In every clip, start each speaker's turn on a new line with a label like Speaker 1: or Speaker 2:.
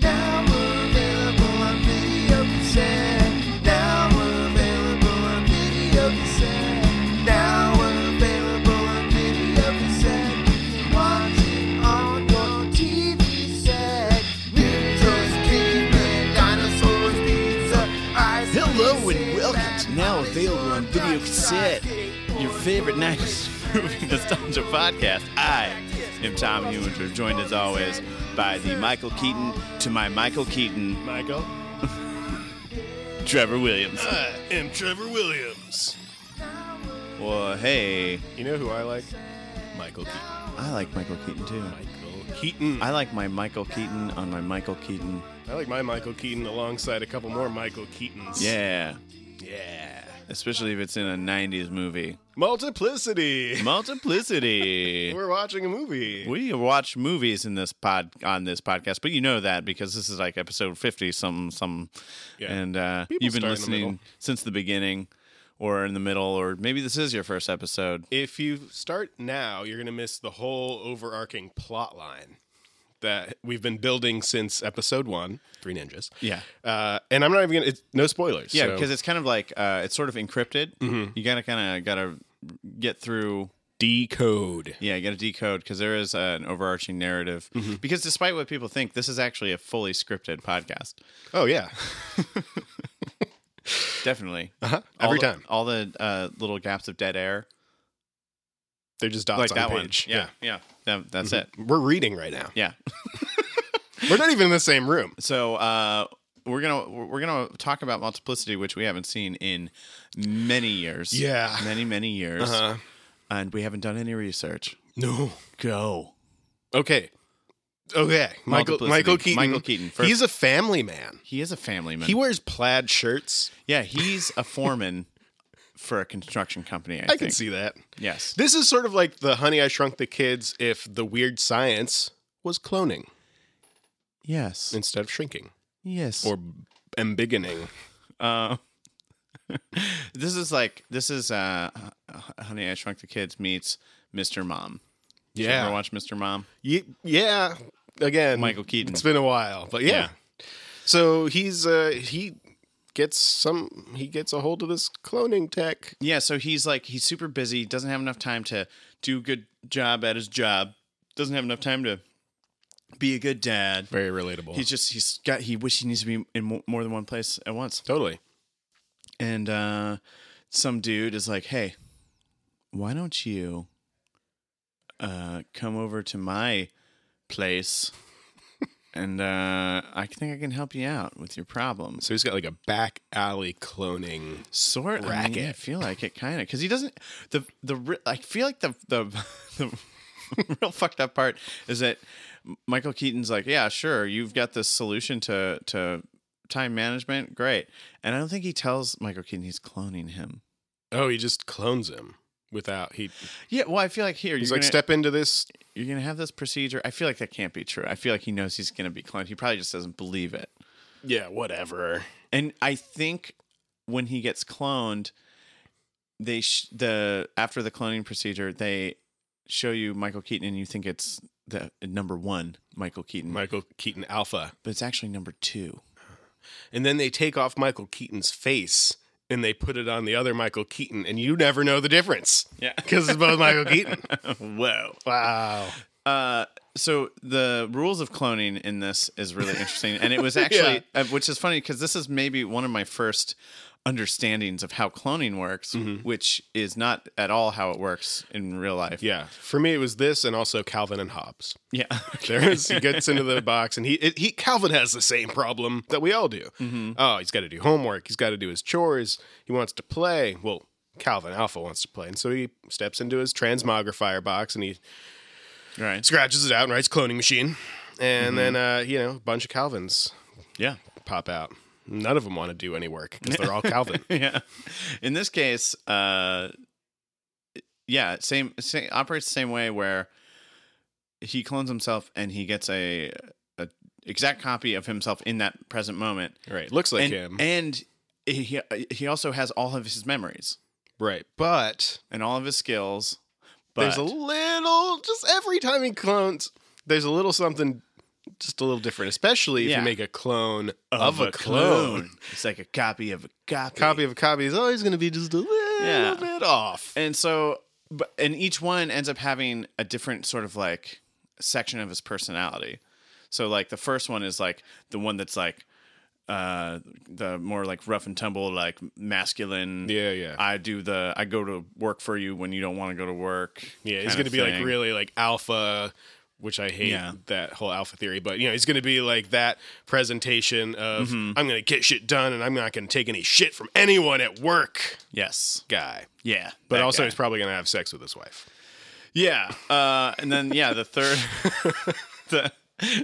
Speaker 1: Now we're available on video cassette. Now we're available on video cassette. Now we're available on video cassette. You can watch it on your TV set. Ninjas, cavemen, dinosaurs, pizza, ice cream,
Speaker 2: Hello and
Speaker 1: sit
Speaker 2: welcome
Speaker 1: back,
Speaker 2: to Now
Speaker 1: holidays,
Speaker 2: Available on Video
Speaker 1: lunch,
Speaker 2: Cassette, your favorite 90s movie nostalgia podcast. I am Tom Hewins. We're joined as always by the Michael Keaton to my Michael Keaton,
Speaker 3: Michael.
Speaker 2: Trevor Williams.
Speaker 3: I am Trevor Williams.
Speaker 2: Well, hey,
Speaker 3: You know who I like? Michael Keaton.
Speaker 2: I like Michael Keaton too.
Speaker 3: Michael Keaton.
Speaker 2: I like my Michael Keaton on my Michael Keaton.
Speaker 3: I like my Michael Keaton alongside a couple more Michael Keatons.
Speaker 2: Yeah,
Speaker 3: Yeah.
Speaker 2: especially if it's in a 90s movie.
Speaker 3: Multiplicity.
Speaker 2: Multiplicity.
Speaker 3: We're watching a movie.
Speaker 2: We watch movies in this pod on this podcast, but you know that because this is like episode fifty, some some,
Speaker 3: Yeah.
Speaker 2: and uh,
Speaker 3: People
Speaker 2: you've been
Speaker 3: start in the
Speaker 2: listening
Speaker 3: middle.
Speaker 2: since the beginning, or in the middle, or maybe this is your first episode.
Speaker 3: if you start now, you're going to miss the whole overarching plot line that we've been building since episode one, Three Ninjas.
Speaker 2: Yeah.
Speaker 3: Uh, and I'm not even going to, no spoilers.
Speaker 2: Yeah,
Speaker 3: so Mm-hmm.
Speaker 2: because it's kind of like uh, it's sort of encrypted. You gotta kind of gotta get through.
Speaker 3: decode.
Speaker 2: Yeah, you gotta decode because there is uh, an overarching narrative.
Speaker 3: Mm-hmm.
Speaker 2: Because despite what people think, this is actually a fully scripted podcast.
Speaker 3: Oh, yeah.
Speaker 2: Definitely, All
Speaker 3: Uh-huh. Every
Speaker 2: the-
Speaker 3: time.
Speaker 2: all the uh, little gaps of dead air,
Speaker 3: They're just
Speaker 2: like
Speaker 3: dots on
Speaker 2: that
Speaker 3: a
Speaker 2: one.
Speaker 3: page. Mm-hmm.
Speaker 2: Yeah, yeah, That- that's it.
Speaker 3: We're reading right now.
Speaker 2: Yeah.
Speaker 3: We're not even in the same room.
Speaker 2: So uh, we're gonna we're gonna talk about multiplicity, which we haven't seen in many years.
Speaker 3: Yeah.
Speaker 2: many many years,
Speaker 3: Uh-huh.
Speaker 2: and we haven't done any research.
Speaker 3: No.
Speaker 2: Go.
Speaker 3: Okay. Okay. Michael
Speaker 2: Multiplicity.
Speaker 3: Michael Keaton.
Speaker 2: Michael Keaton, first.
Speaker 3: He's a family man.
Speaker 2: He is a family man.
Speaker 3: He wears plaid shirts.
Speaker 2: yeah, he's a foreman for a construction company. I,
Speaker 3: I, can
Speaker 2: think.
Speaker 3: see that.
Speaker 2: Yes.
Speaker 3: This is sort of like the Honey I Shrunk the Kids if the weird science was cloning
Speaker 2: Yes.
Speaker 3: instead of shrinking
Speaker 2: Yes.
Speaker 3: or embiggening.
Speaker 2: Uh, this is like this is uh, H- Honey I Shrunk the Kids meets Mr. Mom. Did You ever watch Mr. Mom?
Speaker 3: Ye- yeah. Again,
Speaker 2: Michael Keaton.
Speaker 3: It's been a while, but yeah.
Speaker 2: Yeah.
Speaker 3: So he's uh he gets some he gets a hold of this cloning tech.
Speaker 2: Yeah, so he's like he's super busy, doesn't have enough time to do a good job at his job, doesn't have enough time to be a good dad.
Speaker 3: Very relatable.
Speaker 2: He's just he's got he wish he needs to be in mo- more than one place at once.
Speaker 3: totally.
Speaker 2: And uh some dude is like, "Hey, why don't you uh come over to my place and uh I think I can help you out with your problems."
Speaker 3: So he's got like a back alley cloning
Speaker 2: sort of I, mean, yeah, I
Speaker 3: racket.
Speaker 2: feel like it kind of because he doesn't the the re- I feel like the the the real fucked up part is that Michael Keaton's like, yeah, sure, you've got this solution to to time management, great, and I don't think he tells Michael Keaton he's cloning him.
Speaker 3: Oh, he just clones him without he.
Speaker 2: Yeah, well, I feel like here
Speaker 3: He's
Speaker 2: you're
Speaker 3: like
Speaker 2: gonna,
Speaker 3: step into this.
Speaker 2: You're gonna have this procedure. I feel like that can't be true. I feel like he knows he's gonna be cloned. He probably just doesn't believe it.
Speaker 3: Yeah, whatever.
Speaker 2: And I think when he gets cloned, they sh- the after the cloning procedure, they show you Michael Keaton, and you think it's the number one Michael Keaton,
Speaker 3: Michael Keaton Alpha,
Speaker 2: but it's actually number two.
Speaker 3: and then they take off Michael Keaton's face and they put it on the other Michael Keaton, and you never know the difference.
Speaker 2: Yeah.
Speaker 3: because it's both Michael Keaton.
Speaker 2: Whoa.
Speaker 3: Wow.
Speaker 2: Uh, so the rules of cloning in this is really interesting, and it was actually, uh, which is funny because this is maybe one of my first understandings of how cloning works, which is not at all how it works in real life.
Speaker 3: Yeah, for me it was this, and also Calvin and Hobbes.
Speaker 2: Yeah.
Speaker 3: There's he gets into the box, and he it, he Calvin has the same problem that we all do.
Speaker 2: Mm-hmm.
Speaker 3: Oh, he's got to do homework. He's got to do his chores. He wants to play. Well, Calvin Alpha wants to play, and so he steps into his transmogrifier box, and he
Speaker 2: right.
Speaker 3: scratches it out and writes cloning machine.
Speaker 2: Mm-hmm.
Speaker 3: And then, uh, you know, a bunch of Calvins
Speaker 2: Yeah.
Speaker 3: pop out. None of them want to do any work because they're all Calvin.
Speaker 2: yeah. In this case, uh, yeah, same, same operates the same way where he clones himself and he gets a, a exact copy of himself in that present moment.
Speaker 3: Right. Looks like
Speaker 2: and,
Speaker 3: him.
Speaker 2: And he he also has all of his memories
Speaker 3: right. But,
Speaker 2: and all of his skills. But
Speaker 3: there's a little just every time he clones, there's a little something just a little different, especially if
Speaker 2: Yeah.
Speaker 3: you make a clone of, a, clone.
Speaker 2: It's like a copy of a copy.
Speaker 3: Copy of a copy is always going to be just a little
Speaker 2: Yeah.
Speaker 3: bit off.
Speaker 2: And so, but, and each one ends up having a different sort of like section of his personality. So, like, the first one is like the one that's like, uh, the more like rough and tumble, like masculine.
Speaker 3: Yeah, yeah.
Speaker 2: I do the, I go to work for you when you don't want to go to work.
Speaker 3: Yeah,
Speaker 2: kind
Speaker 3: he's going to
Speaker 2: of
Speaker 3: be like
Speaker 2: thing.
Speaker 3: really like alpha, which I hate
Speaker 2: Yeah.
Speaker 3: that whole alpha theory, but you know, he's going to be like that presentation of I'm going to get shit done and I'm not going to take any shit from anyone at work
Speaker 2: Yes.
Speaker 3: guy.
Speaker 2: Yeah.
Speaker 3: But
Speaker 2: that
Speaker 3: also,
Speaker 2: guy.
Speaker 3: he's probably going to have sex with his wife.
Speaker 2: Yeah. Uh, and then yeah, the third the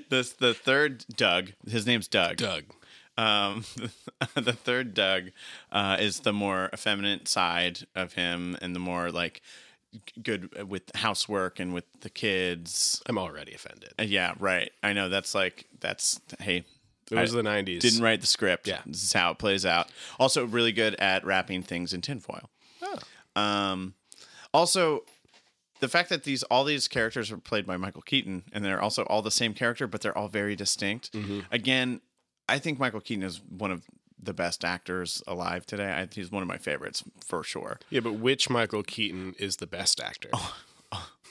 Speaker 2: the the third Doug, his name's Doug.
Speaker 3: Doug.
Speaker 2: Um the third Doug uh is the more effeminate side of him and the more like g- good with housework and with the kids.
Speaker 3: I'm already offended.
Speaker 2: Uh, yeah, right. I know that's like that's hey,
Speaker 3: It was
Speaker 2: I
Speaker 3: the 90s.
Speaker 2: didn't write the script.
Speaker 3: Yeah.
Speaker 2: This is how it plays out. Also really good at wrapping things in tinfoil.
Speaker 3: Oh.
Speaker 2: Um, also, the fact that these all these characters are played by Michael Keaton and they're also all the same character, but they're all very distinct.
Speaker 3: Mm-hmm.
Speaker 2: Again, I think Michael Keaton is one of the best actors alive today. I, he's one of my favorites for sure.
Speaker 3: Yeah, but which Michael Keaton is the best actor?
Speaker 2: Oh.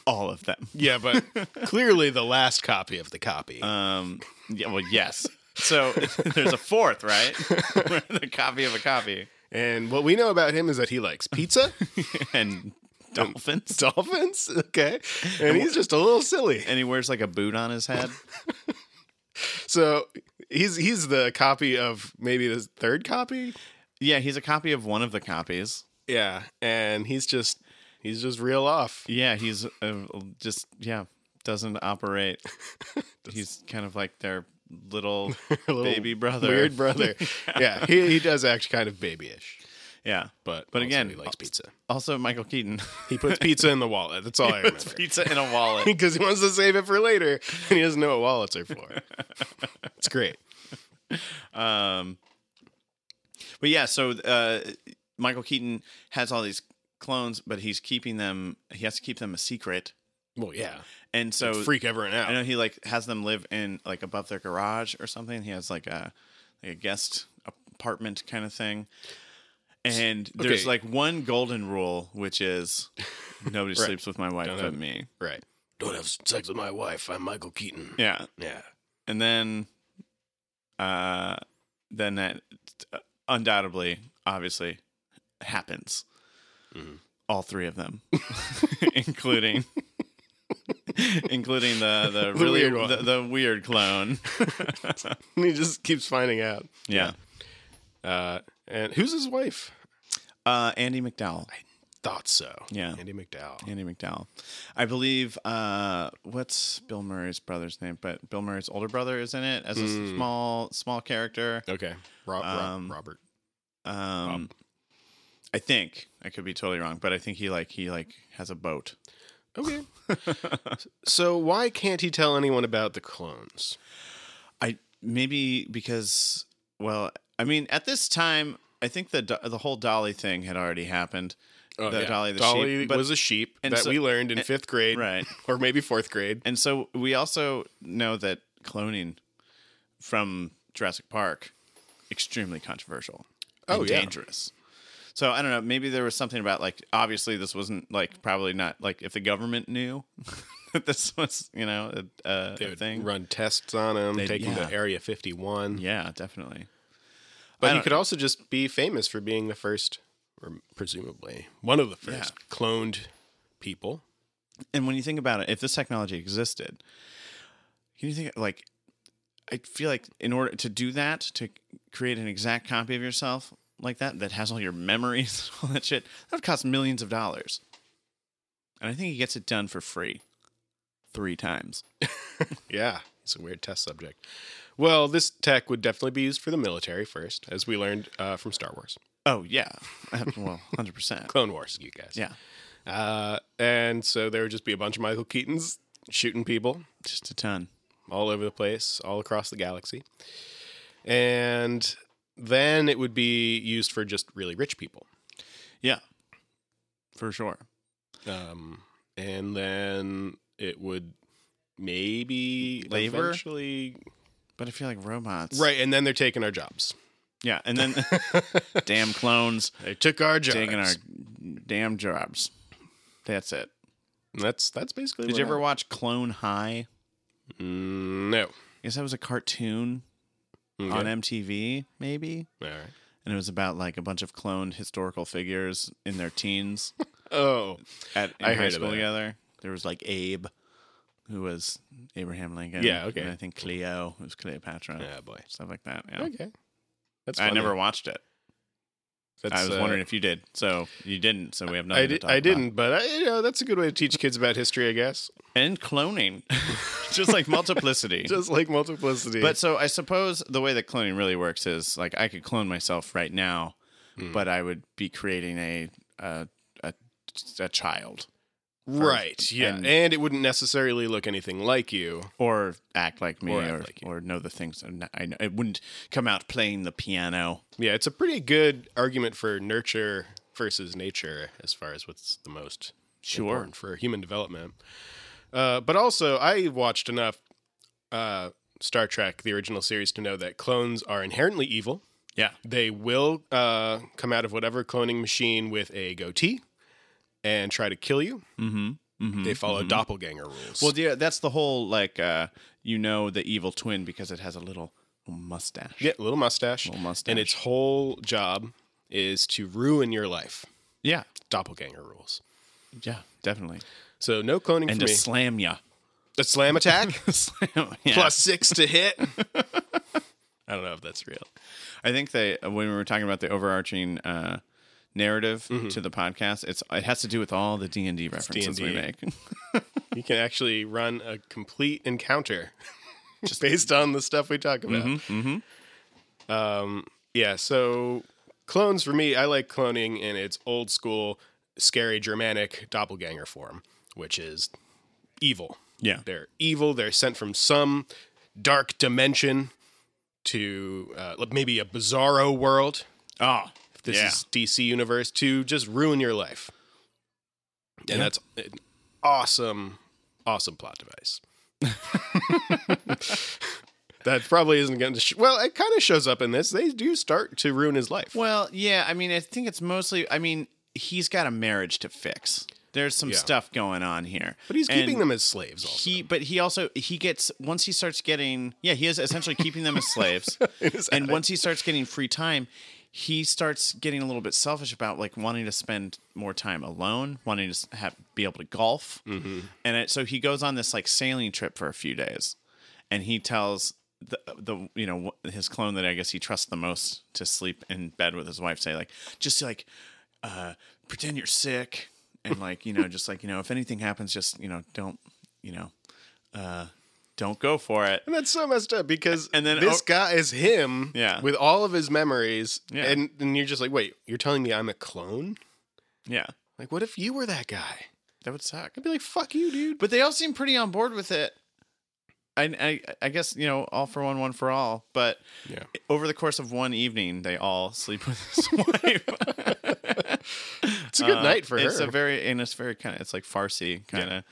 Speaker 2: All of them.
Speaker 3: Yeah, but clearly the last copy of the copy.
Speaker 2: Um, yeah, well, yes. So there's a fourth, right? the copy of a copy
Speaker 3: and what we know about him is that he likes pizza,
Speaker 2: and dolphins.
Speaker 3: dolphins, okay? And he's just a little silly.
Speaker 2: And he wears like a boot on his head.
Speaker 3: So he's he's the copy of maybe the third copy.
Speaker 2: Yeah, he's a copy of one of the copies.
Speaker 3: Yeah, and he's just he's just real off.
Speaker 2: Yeah, he's uh, just yeah doesn't operate. he's kind of like their little,
Speaker 3: Little
Speaker 2: baby brother.
Speaker 3: Weird brother. yeah, he he does act kind of babyish,
Speaker 2: Yeah,
Speaker 3: but
Speaker 2: But
Speaker 3: also
Speaker 2: again,
Speaker 3: he likes pizza.
Speaker 2: also Michael Keaton
Speaker 3: He puts pizza in the wallet. That's all I remember.
Speaker 2: pizza in a wallet.
Speaker 3: because he wants to save it for later and he doesn't know what wallets are for. it's great.
Speaker 2: Um, but yeah, so uh, Michael Keaton has all these clones, but he's keeping them. He has to keep them a secret,
Speaker 3: Well, yeah.
Speaker 2: and so
Speaker 3: So freak everyone out.
Speaker 2: I know he like has them live in like above their garage or something. He has like a like a guest apartment kind of thing. And there's
Speaker 3: Okay.
Speaker 2: like one golden rule, which is nobody
Speaker 3: Right.
Speaker 2: sleeps with my wife but
Speaker 3: have-
Speaker 2: me.
Speaker 3: right. Don't have sex with my wife. I'm Michael Keaton.
Speaker 2: Yeah.
Speaker 3: Yeah.
Speaker 2: And then, uh, then that uh, undoubtedly, obviously, happens.
Speaker 3: Mm-hmm.
Speaker 2: All three of them, including. including the the, really
Speaker 3: weird one.
Speaker 2: the, the weird clone
Speaker 3: And he just keeps finding out.
Speaker 2: yeah
Speaker 3: Uh, and who's his wife?
Speaker 2: Uh, Andy McDowell.
Speaker 3: Thought so.
Speaker 2: Yeah.
Speaker 3: Andy McDowell.
Speaker 2: Andy McDowell. I believe uh, what's Bill Murray's brother's name, but Bill Murray's older brother is in it as a small small character.
Speaker 3: Okay. Rob,
Speaker 2: Um,
Speaker 3: Robert.
Speaker 2: Um, I think I could be totally wrong, but I think he like he like has a boat.
Speaker 3: Okay. so why can't he tell anyone about the clones?
Speaker 2: I maybe because well, I mean at this time I think the do- the whole Dolly thing had already happened. the Dolly the sheep, but-
Speaker 3: Oh, was a sheep
Speaker 2: and
Speaker 3: that
Speaker 2: so-
Speaker 3: we learned in fifth grade,
Speaker 2: right.
Speaker 3: Or maybe fourth grade.
Speaker 2: And so we also know that cloning from Jurassic Park extremely controversial.
Speaker 3: Oh,
Speaker 2: and
Speaker 3: yeah.
Speaker 2: dangerous. So I don't know. Maybe there was something about like obviously this wasn't like probably not like if the government knew that this was you know a, a,
Speaker 3: They
Speaker 2: a
Speaker 3: would
Speaker 2: thing.
Speaker 3: run tests on him,
Speaker 2: They'd-
Speaker 3: take him
Speaker 2: yeah.
Speaker 3: to Area 51.
Speaker 2: Yeah, definitely. I
Speaker 3: But he
Speaker 2: don't-
Speaker 3: could also just be famous for being the first, or presumably one of the first cloned people.
Speaker 2: And when you think about it, if this technology existed, can you think like I feel like in order to do that, to create an exact copy of yourself like that, that has all your memories, all that shit, that would cost millions of dollars. And I think he gets it done for free three times.
Speaker 3: Yeah, it's a weird test subject. Well, this tech would definitely be used for the military first, as we learned uh, from Star Wars,
Speaker 2: Oh yeah, well, hundred percent.
Speaker 3: Clone Wars, you guys.
Speaker 2: Yeah,
Speaker 3: Uh, and so there would just be a bunch of Michael Keatons shooting people
Speaker 2: Just a ton.
Speaker 3: all over the place, all across the galaxy. And then it would be used for just really rich people.
Speaker 2: Yeah, for sure.
Speaker 3: Um, and then it would maybe
Speaker 2: Labor?
Speaker 3: eventually
Speaker 2: But I feel like robots.
Speaker 3: right and then they're taking our jobs
Speaker 2: Yeah, and then damn clones
Speaker 3: they took our jobs
Speaker 2: taking our damn jobs. That's it.
Speaker 3: And that's that's basically
Speaker 2: Did
Speaker 3: what
Speaker 2: you ever
Speaker 3: happened.
Speaker 2: watch Clone High?
Speaker 3: Mm, no
Speaker 2: I guess that was a cartoon
Speaker 3: Okay.
Speaker 2: on MTV, maybe.
Speaker 3: all right
Speaker 2: And it was about like a bunch of cloned historical figures in their teens
Speaker 3: oh
Speaker 2: at in
Speaker 3: I
Speaker 2: high
Speaker 3: heard
Speaker 2: school
Speaker 3: about it.
Speaker 2: together. There was like Abe, who was Abraham Lincoln.
Speaker 3: Yeah, okay.
Speaker 2: And I think Cleo, who was Cleopatra.
Speaker 3: yeah boy
Speaker 2: Stuff like that. Yeah.
Speaker 3: okay that's
Speaker 2: I
Speaker 3: funny.
Speaker 2: never watched it.
Speaker 3: That's,
Speaker 2: I was
Speaker 3: uh,
Speaker 2: wondering if you did. So you didn't. So we have nothing to
Speaker 3: I, did,
Speaker 2: talk
Speaker 3: I
Speaker 2: about.
Speaker 3: didn't, but I, you know that's a good way to teach kids about history, I guess.
Speaker 2: And cloning, just like multiplicity.
Speaker 3: Just like multiplicity,
Speaker 2: But so I suppose the way that cloning really works is like I could clone myself right now,
Speaker 3: Hmm.
Speaker 2: but I would be creating a a, a, a child
Speaker 3: right? Yeah,
Speaker 2: and-
Speaker 3: and, it wouldn't necessarily look anything like you.
Speaker 2: or act like me
Speaker 3: Or
Speaker 2: or
Speaker 3: act
Speaker 2: or,
Speaker 3: like you.
Speaker 2: know the things. I'm not- I know it wouldn't come out playing the piano.
Speaker 3: Yeah, it's a pretty good argument for nurture versus nature as far as what's the most important for human development. Uh, but also, I watched enough uh, Star Trek, the original series, to know that clones are inherently evil.
Speaker 2: Yeah.
Speaker 3: They will uh, come out of whatever cloning machine with a goatee and try to kill you.
Speaker 2: Mm-hmm. Mm-hmm.
Speaker 3: They follow doppelganger rules.
Speaker 2: Well, yeah, that's the whole like uh, you know the evil twin because it has a little mustache.
Speaker 3: yeah, little mustache.
Speaker 2: Little mustache.
Speaker 3: And its whole job is to ruin your life.
Speaker 2: Yeah.
Speaker 3: Doppelganger rules.
Speaker 2: Yeah. Definitely.
Speaker 3: So no cloning
Speaker 2: And to
Speaker 3: for me.
Speaker 2: slam ya.
Speaker 3: a slam attack
Speaker 2: slam. Yeah.
Speaker 3: plus six to hit. I don't know if that's real.
Speaker 2: I think they uh, when we were talking about the overarching uh, narrative to the podcast, it's it has to do with all the D and D references we
Speaker 3: D&D.
Speaker 2: make.
Speaker 3: You can actually run a complete encounter just Mm-hmm, based on the stuff we talk about. Um, yeah, so clones for me, I like cloning in its old school, scary Germanic doppelganger form, which is evil.
Speaker 2: yeah,
Speaker 3: They're evil. They're sent from some dark dimension to uh, maybe a bizarro world.
Speaker 2: oh,
Speaker 3: if this
Speaker 2: Yeah.
Speaker 3: is DC universe to just ruin your life. And that's an awesome, awesome plot device. that probably isn't going to. Sh- well, it kind of shows up in this. They do start to ruin his life.
Speaker 2: well, yeah. I mean, I think it's mostly. I mean, he's got a marriage to fix. There's some
Speaker 3: Yeah.
Speaker 2: stuff going on here,
Speaker 3: But he's keeping
Speaker 2: And
Speaker 3: them as slaves. Also.
Speaker 2: He, but he also he gets once he starts getting yeah he is essentially keeping them as slaves, and once he starts getting free time, he starts getting a little bit selfish about like wanting to spend more time alone, wanting to s- have be able to golf,
Speaker 3: Mm-hmm.
Speaker 2: and it, so he goes on this like sailing trip for a few days, and he tells the the you know wh- his clone that I guess he trusts the most to sleep in bed with his wife say like just like uh, pretend you're sick and like you know just like you know if anything happens just you know don't you know uh, don't go for it
Speaker 3: and that's so messed up because
Speaker 2: And
Speaker 3: and
Speaker 2: then- oh
Speaker 3: then this guy is him
Speaker 2: Yeah.
Speaker 3: with all of his memories,
Speaker 2: Yeah.
Speaker 3: and and you're just like, wait, you're telling me I'm a clone?
Speaker 2: yeah
Speaker 3: Like, what if you were that guy?
Speaker 2: that would suck
Speaker 3: I'd be like, fuck you, dude.
Speaker 2: but they all seem pretty on board with it I, I I guess you know all for one one for all but
Speaker 3: Yeah.
Speaker 2: over the course of one evening they all sleep with his wife
Speaker 3: It's a good
Speaker 2: Uh,
Speaker 3: night for
Speaker 2: it's
Speaker 3: her.
Speaker 2: a very and it's very kind of it's like Farsi kind of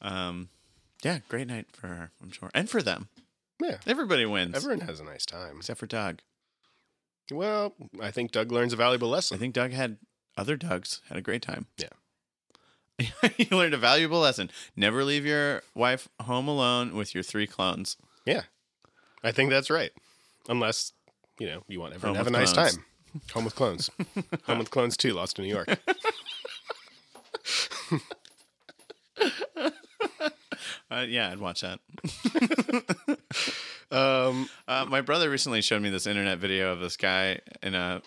Speaker 2: um yeah great night for her I'm sure and for them
Speaker 3: yeah.
Speaker 2: everybody wins
Speaker 3: Everyone has a nice time.
Speaker 2: except for Doug
Speaker 3: Well, I think Doug learns a valuable
Speaker 2: I
Speaker 3: lesson.
Speaker 2: think Doug had other Dougs had a great time.
Speaker 3: Yeah.
Speaker 2: you learned a valuable lesson. Never leave your wife home alone with your three clones.
Speaker 3: yeah, I think that's right. Unless you know you want everyone to
Speaker 2: Home
Speaker 3: have a
Speaker 2: with
Speaker 3: nice
Speaker 2: clones.
Speaker 3: time. Home with clones. Home with clones too. Lost in New York.
Speaker 2: Uh, yeah, I'd watch that.
Speaker 3: Um,
Speaker 2: Uh, my brother recently showed me this internet video of this guy in a.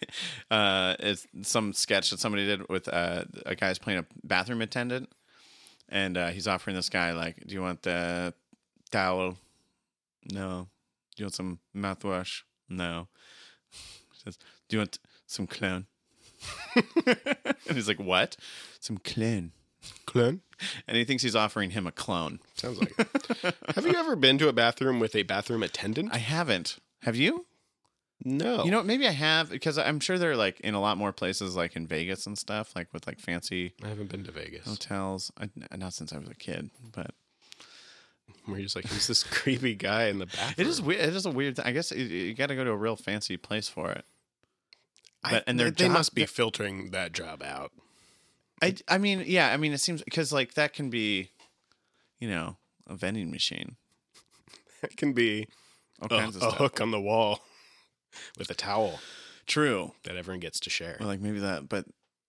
Speaker 2: uh, it's some sketch that somebody did with uh, a guy's playing a bathroom attendant, and uh, he's offering this guy like, "Do you want the towel? No. Do you want some mouthwash? No. He says, Do you want some clone? and he's like, "What? Some clone."
Speaker 3: Clone?
Speaker 2: And he thinks he's offering him a clone.
Speaker 3: Sounds like it. Have you ever been to a bathroom with a bathroom attendant?
Speaker 2: I haven't. Have you?
Speaker 3: no.
Speaker 2: You know, what, maybe I have because I'm sure they're like in a lot more places, like in Vegas and stuff, like with like fancy
Speaker 3: I haven't been to Vegas.
Speaker 2: Oh, hotels. I, not since I was a kid, but
Speaker 3: We're just like, who's this creepy guy in the bathroom?
Speaker 2: it is weird. It is a weird. thing. I guess you, you got to go to a real fancy place for it.
Speaker 3: I,
Speaker 2: but- and their
Speaker 3: they
Speaker 2: job-
Speaker 3: must be filtering that job out.
Speaker 2: I, I mean, yeah, I mean, it seems because like that can be, you know, a vending machine,
Speaker 3: It can be
Speaker 2: all
Speaker 3: a,
Speaker 2: kinds of
Speaker 3: a
Speaker 2: stuff.
Speaker 3: hook on the wall with a towel
Speaker 2: True.
Speaker 3: that everyone gets to share.
Speaker 2: Or like maybe that, but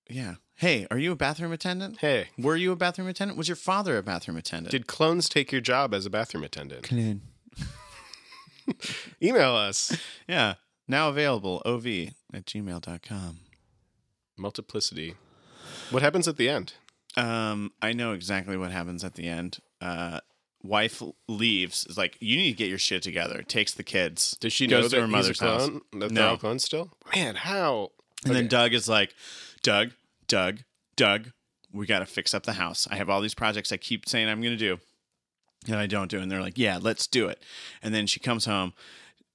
Speaker 2: yeah. Hey, are you a bathroom attendant?
Speaker 3: Hey,
Speaker 2: Were you a bathroom attendant? Was your father a bathroom attendant?
Speaker 3: did clones take your job as a bathroom attendant?
Speaker 2: clean.
Speaker 3: Email us
Speaker 2: Yeah. Now available, ov at gmail.com.
Speaker 3: multiplicity. What happens at the end?
Speaker 2: Um, I know exactly what happens at the end. Uh, wife leaves. Is like, you need to get your shit together. Takes the kids.
Speaker 3: Does she
Speaker 2: Goes
Speaker 3: know
Speaker 2: to
Speaker 3: that
Speaker 2: her
Speaker 3: he's
Speaker 2: mother's
Speaker 3: a clone?
Speaker 2: house.
Speaker 3: That they're
Speaker 2: No.
Speaker 3: all clones still? Man, how?
Speaker 2: And then Doug is like, Doug, Doug, Doug, we got to fix up the house. I have all these projects I keep saying I'm going to do and I don't do. And they're like, yeah, let's do it. And then she comes home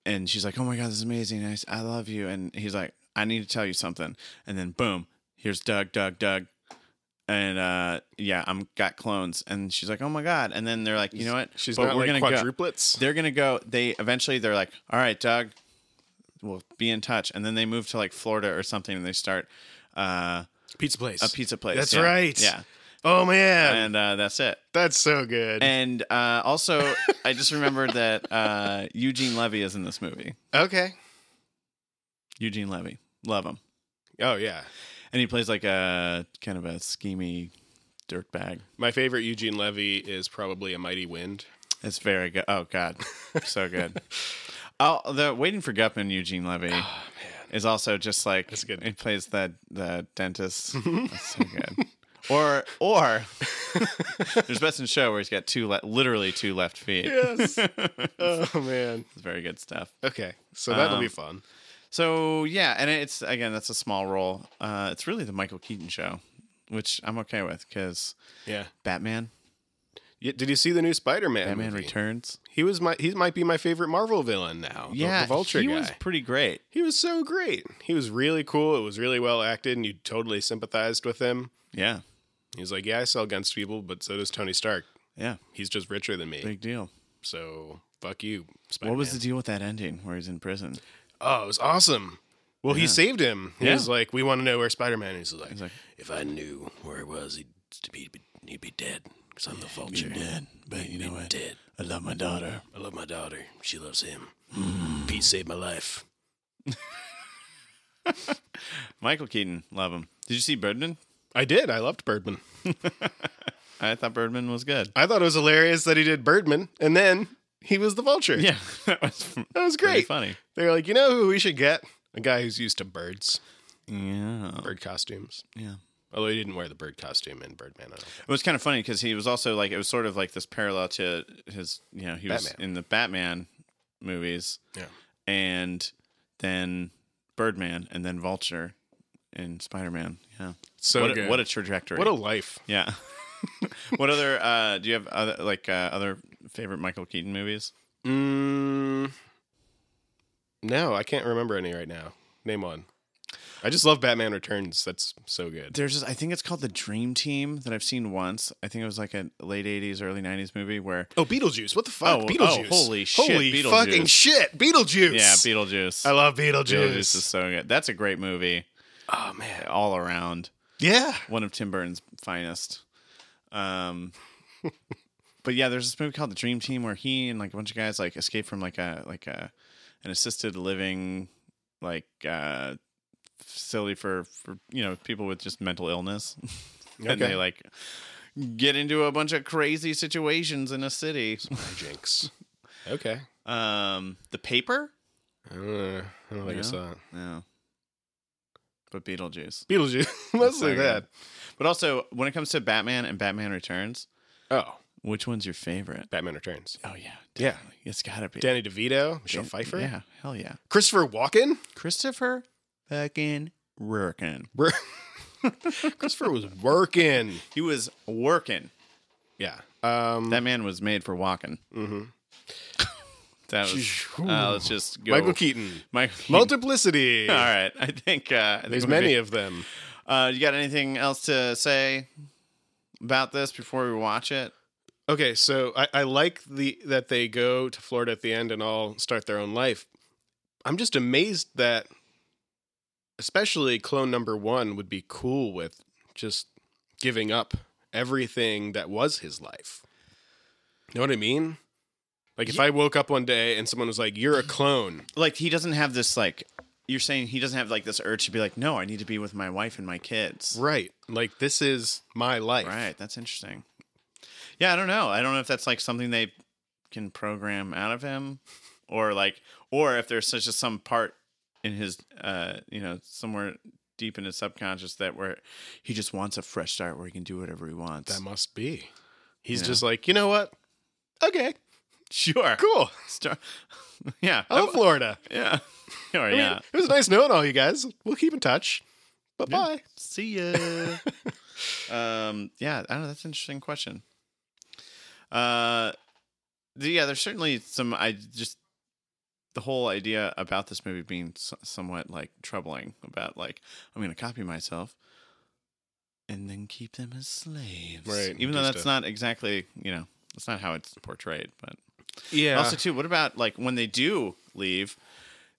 Speaker 2: and she's like, oh my God, this is amazing. I, I love you. And he's like, I need to tell you something. And then boom, here's Doug, Doug, Doug. And uh, yeah, I'm got clones. And she's like, oh my God. And then they're like, you know what?
Speaker 3: She's
Speaker 2: But
Speaker 3: not
Speaker 2: we're
Speaker 3: like
Speaker 2: gonna go-
Speaker 3: quadruplets.
Speaker 2: they're gonna go they eventually they're like all right doug we'll be in touch and then they move to like florida or something and they start uh,
Speaker 3: pizza place.
Speaker 2: a pizza place
Speaker 3: That's
Speaker 2: Yeah.
Speaker 3: right.
Speaker 2: yeah
Speaker 3: Oh man,
Speaker 2: and uh, that's it
Speaker 3: that's so good.
Speaker 2: and uh, also i just remembered that uh, eugene levy is in this movie
Speaker 3: okay.
Speaker 2: eugene levy love him
Speaker 3: Oh yeah.
Speaker 2: and he plays like a kind of a schemy dirtbag
Speaker 3: My favorite Eugene Levy is probably A Mighty Wind.
Speaker 2: it's very good oh god so good Oh, the waiting for Gupman, Eugene Levy, is also just like
Speaker 3: Ah, That's good.
Speaker 2: It plays the the dentist. That's so good. Or or there's best in show where he's got two le- literally two left feet.
Speaker 3: Yes. oh man.
Speaker 2: It's very good stuff.
Speaker 3: Okay, so that'll
Speaker 2: Um,
Speaker 3: be fun.
Speaker 2: So yeah, and it's again that's a small role. Uh, it's really the Michael Keaton show, which I'm okay with because
Speaker 3: Yeah.
Speaker 2: Batman,
Speaker 3: Y- Did you see the new Spider-Man?
Speaker 2: Batman
Speaker 3: movie?
Speaker 2: Returns.
Speaker 3: He was my he might be my favorite Marvel villain now. the-
Speaker 2: Yeah,
Speaker 3: the Vulture
Speaker 2: he
Speaker 3: guy.
Speaker 2: was pretty great.
Speaker 3: he was so great. He was really cool. It was really well acted, and you totally sympathized with him.
Speaker 2: Yeah,
Speaker 3: He was like, "Yeah, I sell guns to people, but so does Tony Stark.
Speaker 2: yeah,
Speaker 3: He's just richer than me.
Speaker 2: big deal.
Speaker 3: So fuck you, Spider-Man."
Speaker 2: What was the deal with that ending where he's in prison?
Speaker 3: Oh, it was awesome. Well, he saved him. He
Speaker 2: Yeah.
Speaker 3: was like, "We want to know where Spider-Man is." He's like,
Speaker 2: like-
Speaker 3: "If I knew where he was, he'd be he'd be dead because I'm the Vulture.
Speaker 2: Dead, but you know what?
Speaker 3: Dead.
Speaker 2: I love my daughter.
Speaker 3: I love my daughter. She loves him.
Speaker 2: Mm.
Speaker 3: Pete saved my life.
Speaker 2: Michael Keaton, love him. Did you see Birdman?
Speaker 3: I did. I loved Birdman.
Speaker 2: I thought Birdman was good.
Speaker 3: I thought it was hilarious that he did Birdman, and then he was the vulture.
Speaker 2: Yeah, that was
Speaker 3: that was
Speaker 2: pretty
Speaker 3: great.
Speaker 2: funny.
Speaker 3: They were like, you know who we should get? A guy who's used to birds,
Speaker 2: Yeah,
Speaker 3: bird costumes.
Speaker 2: yeah.
Speaker 3: Although he didn't wear the bird costume in Birdman. I don't think.
Speaker 2: It was kind of funny because he was also like it was sort of like this parallel to his. You know, he was
Speaker 3: Batman.
Speaker 2: in the Batman movies
Speaker 3: Yeah.
Speaker 2: and then Birdman and then Vulture and Spider Man. Yeah,
Speaker 3: So
Speaker 2: what,
Speaker 3: good.
Speaker 2: A, what a trajectory.
Speaker 3: What a life.
Speaker 2: yeah. what other? uh Do you have other like uh, other favorite Michael Keaton movies?
Speaker 3: Mm, no, I can't remember any right now. Name one. I just love Batman Returns. That's so good.
Speaker 2: there's this, I think it's called the Dream Team that I've seen once. I think it was like a late 80s, early 90s movie where
Speaker 3: Oh, Beetlejuice. What the fuck?
Speaker 2: Oh,
Speaker 3: Beetlejuice.
Speaker 2: oh, holy shit,
Speaker 3: Holy
Speaker 2: Beetlejuice.
Speaker 3: fucking shit. Beetlejuice.
Speaker 2: yeah, Beetlejuice.
Speaker 3: I love
Speaker 2: Beetlejuice
Speaker 3: Beetlejuice.
Speaker 2: is so good. That's a great movie
Speaker 3: oh man.
Speaker 2: all around.
Speaker 3: Yeah.
Speaker 2: One of Tim Burton's finest. Um, but yeah, there's this movie called The Dream Team where he and like a bunch of guys like escape from like a like a an assisted living like uh facility for for you know people with just mental illness and
Speaker 3: Okay.
Speaker 2: they like get into a bunch of crazy situations in a city
Speaker 3: Jinx. Okay.
Speaker 2: Um, the paper?
Speaker 3: I don't, know. I don't think I
Speaker 2: Yeah.
Speaker 3: saw it.
Speaker 2: No. But Beetlejuice.
Speaker 3: Beetlejuice. Let's
Speaker 2: so
Speaker 3: do that.
Speaker 2: But also, when it comes to Batman and Batman Returns,
Speaker 3: Oh,
Speaker 2: which one's your favorite?
Speaker 3: Batman Returns.
Speaker 2: Oh yeah,
Speaker 3: Yeah.
Speaker 2: definitely. it's gotta be
Speaker 3: Danny DeVito, Michelle
Speaker 2: Dan-
Speaker 3: Pfeiffer,
Speaker 2: Yeah, hell yeah.
Speaker 3: Christopher Walken.
Speaker 2: Christopher fucking Working.
Speaker 3: Br- Christopher was working.
Speaker 2: He was working.
Speaker 3: Yeah. Um,
Speaker 2: That man was made for walking. Mm-hmm. that was. Uh, let's just go.
Speaker 3: Michael Keaton.
Speaker 2: Michael Keaton.
Speaker 3: Multiplicity.
Speaker 2: All right. I think. Uh, I think
Speaker 3: There's
Speaker 2: we're
Speaker 3: many
Speaker 2: good.
Speaker 3: of them.
Speaker 2: Uh, you got anything else to say about this before we watch it?
Speaker 3: Okay, so I, I like the that they go to Florida at the end and all start their own life. I'm just amazed that, especially clone number one would be cool with just giving up everything that was his life. Know what I mean? Like if I woke up one day and someone was like, "You're a clone,"
Speaker 2: Like he doesn't have this like. You're saying he doesn't have like this urge to be like, no, I need to be with my wife and my kids.
Speaker 3: right? Like this is my life.
Speaker 2: Right. That's interesting. Yeah, I don't know. I don't know if that's like something they can program out of him or like or if there's such a some part in his uh you know, somewhere deep in his subconscious that where he just wants a fresh start where he can do whatever he wants.
Speaker 3: That must be. He's
Speaker 2: Yeah.
Speaker 3: just like, you know what? Okay,
Speaker 2: sure.
Speaker 3: cool.
Speaker 2: Star- yeah.
Speaker 3: I love Florida.
Speaker 2: Yeah. Sure,
Speaker 3: I mean,
Speaker 2: yeah.
Speaker 3: it was nice knowing all you guys. We'll keep in touch. Bye bye.
Speaker 2: See ya. um, yeah, I don't know. That's an interesting question. Uh, the- yeah, there's certainly some. I just the whole idea about this movie being s- somewhat like troubling. About like I'm going to copy myself and then keep them as slaves,
Speaker 3: Right,
Speaker 2: Even though
Speaker 3: just
Speaker 2: that's
Speaker 3: a-
Speaker 2: not exactly you know that's not how it's portrayed, but
Speaker 3: Yeah.
Speaker 2: also too, what about like when they do leave?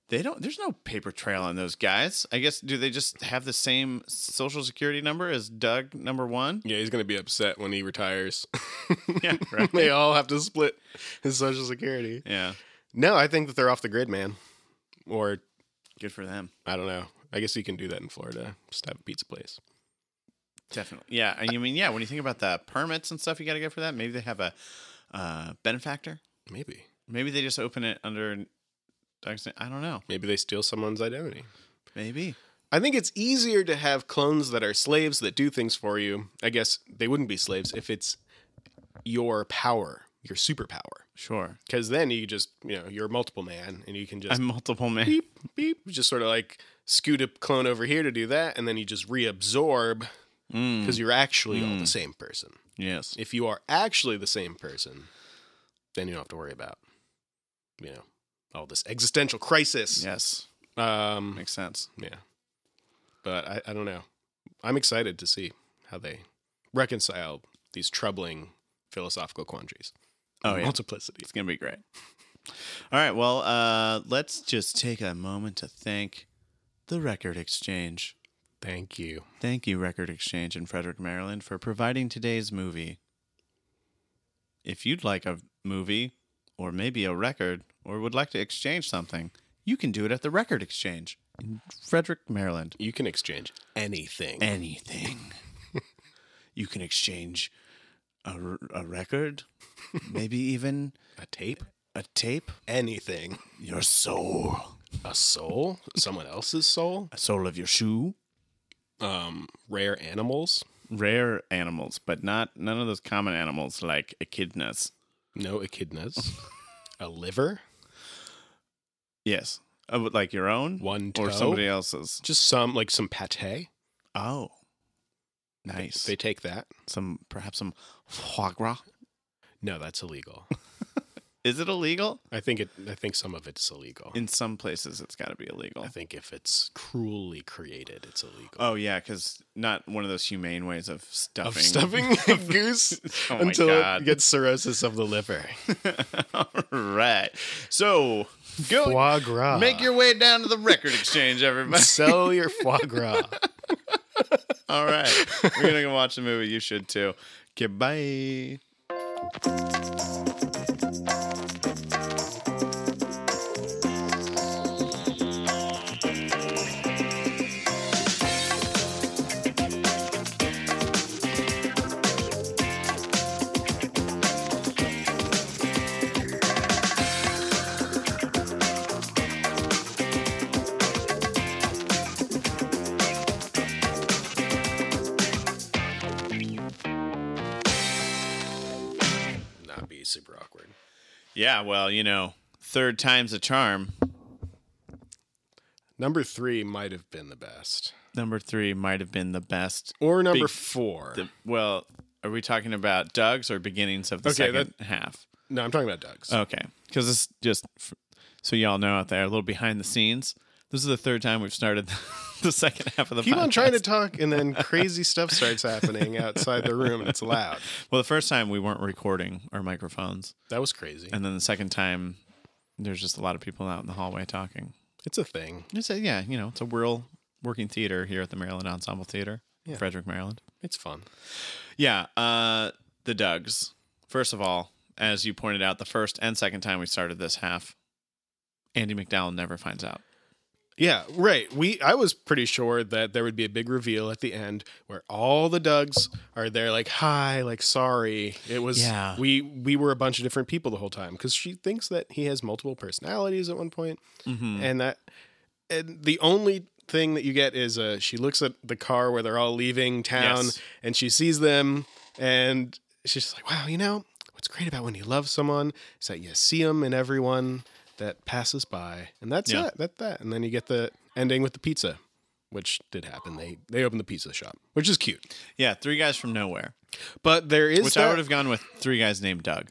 Speaker 2: They don't. There's no paper trail on those guys. I guess do they just have the same social security number as Doug number one?
Speaker 3: yeah, he's gonna be upset when he retires.
Speaker 2: Yeah, right.
Speaker 3: they all have to split his social security.
Speaker 2: Yeah,
Speaker 3: No, I think that they're off the grid, man. Or
Speaker 2: good for them.
Speaker 3: I don't know. I guess you can do that in Florida. Just have a pizza place.
Speaker 2: Definitely. Yeah, and you mean yeah. When you think about the permits and stuff you got to get for that, maybe they have a uh, benefactor.
Speaker 3: Maybe.
Speaker 2: Maybe they just open it under Doug's. name. I don't know.
Speaker 3: Maybe they steal someone's identity.
Speaker 2: Maybe.
Speaker 3: I think it's easier to have clones that are slaves that do things for you. I guess they wouldn't be slaves if it's your power, your superpower.
Speaker 2: Sure.
Speaker 3: Because then you just, you know, you're a multiple man and you can just
Speaker 2: I'm multiple man.
Speaker 3: beep beep You just sort of like scoot a clone over here to do that and then you just reabsorb because you're actually all the same person
Speaker 2: Mm, Yes.
Speaker 3: if you are actually the same person then you don't have to worry about you know all this existential crisis
Speaker 2: Yes.
Speaker 3: um
Speaker 2: Makes sense.
Speaker 3: yeah but I, I don't know i'm excited to see how they reconcile these troubling philosophical quandaries
Speaker 2: Oh, yeah.
Speaker 3: multiplicity
Speaker 2: It's gonna be great. All right, well, uh, let's just take a moment to thank the Record Exchange.
Speaker 3: thank you
Speaker 2: Thank you, Record Exchange in Frederick, Maryland, for providing today's movie. If you'd like a movie, or maybe a record, or would like to exchange something, you can do it at the Record Exchange in Frederick, Maryland.
Speaker 3: you can exchange anything
Speaker 2: Anything. you can exchange a, r- a record, maybe even
Speaker 3: a tape
Speaker 2: a tape,
Speaker 3: anything
Speaker 2: your soul.
Speaker 3: a soul someone else's soul
Speaker 2: sole of your shoe.
Speaker 3: um, rare animals,
Speaker 2: Rare animals, but not none of those common animals like echidnas.
Speaker 3: no echidnas, a liver,
Speaker 2: Yes, uh, but like your own
Speaker 3: one toe,
Speaker 2: or somebody else's.
Speaker 3: just some like some pate.
Speaker 2: Oh, nice.
Speaker 3: They take that.
Speaker 2: some perhaps some foie gras.
Speaker 3: No, that's illegal.
Speaker 2: Is it illegal?
Speaker 3: I think it. I think some of it's illegal.
Speaker 2: In some places, it's got to be illegal.
Speaker 3: I think if it's cruelly created, it's illegal.
Speaker 2: Oh yeah, because not one of those humane ways of stuffing.
Speaker 3: Of stuffing a goose
Speaker 2: Oh my
Speaker 3: until
Speaker 2: God.
Speaker 3: it gets cirrhosis of the liver.
Speaker 2: All right. So go
Speaker 3: Foie gras.
Speaker 2: make your way down to the record exchange, everybody.
Speaker 3: sell your foie gras.
Speaker 2: All right. We're going to go watch the movie. You should too. Goodbye.
Speaker 3: Not be super awkward.
Speaker 2: Yeah, well, you know, third time's a charm.
Speaker 3: Number three might have been the best.
Speaker 2: number three might have been the best.
Speaker 3: Or number
Speaker 2: Big-
Speaker 3: four.
Speaker 2: The, well, are we talking about Doug's or beginnings of the
Speaker 3: Okay,
Speaker 2: second half?
Speaker 3: no, I'm talking about Doug's.
Speaker 2: Okay, because it's just f- so y'all know out there a little behind the scenes. This is the third time we've started the second half of the.
Speaker 3: Keep on
Speaker 2: podcast.
Speaker 3: trying to talk, and then crazy stuff starts happening outside the room, and it's loud.
Speaker 2: Well, the first time we weren't recording our microphones,
Speaker 3: That was crazy.
Speaker 2: and then the second time there's just a lot of people out in the hallway talking.
Speaker 3: It's a thing.
Speaker 2: It's a, yeah, you know, it's a real working theater here at the Maryland Ensemble Theater, in Frederick, Maryland.
Speaker 3: It's fun.
Speaker 2: Yeah, uh, the Dugs. First of all, as you pointed out, the first and second time we started this half, Andy McDowell never finds out.
Speaker 3: Yeah, right. We I was pretty sure that there would be a big reveal at the end where all the Dugs are there like hi, like sorry. It was
Speaker 2: Yeah.
Speaker 3: we we were a bunch of different people the whole time cuz she thinks that he has multiple personalities at one point.
Speaker 2: Mm-hmm.
Speaker 3: And that and the only thing that you get is uh she looks at the car where they're all leaving town
Speaker 2: Yes.
Speaker 3: and she sees them and she's just like, "Wow, you know, what's great about when you love someone is that you see them in everyone that passes by." And that's
Speaker 2: Yeah.
Speaker 3: it. That that. And then you get the ending with the pizza, which did happen. They they opened the pizza shop, which is cute.
Speaker 2: Yeah, three guys from nowhere,
Speaker 3: But there is
Speaker 2: which I
Speaker 3: that-
Speaker 2: would have gone with three guys named Doug.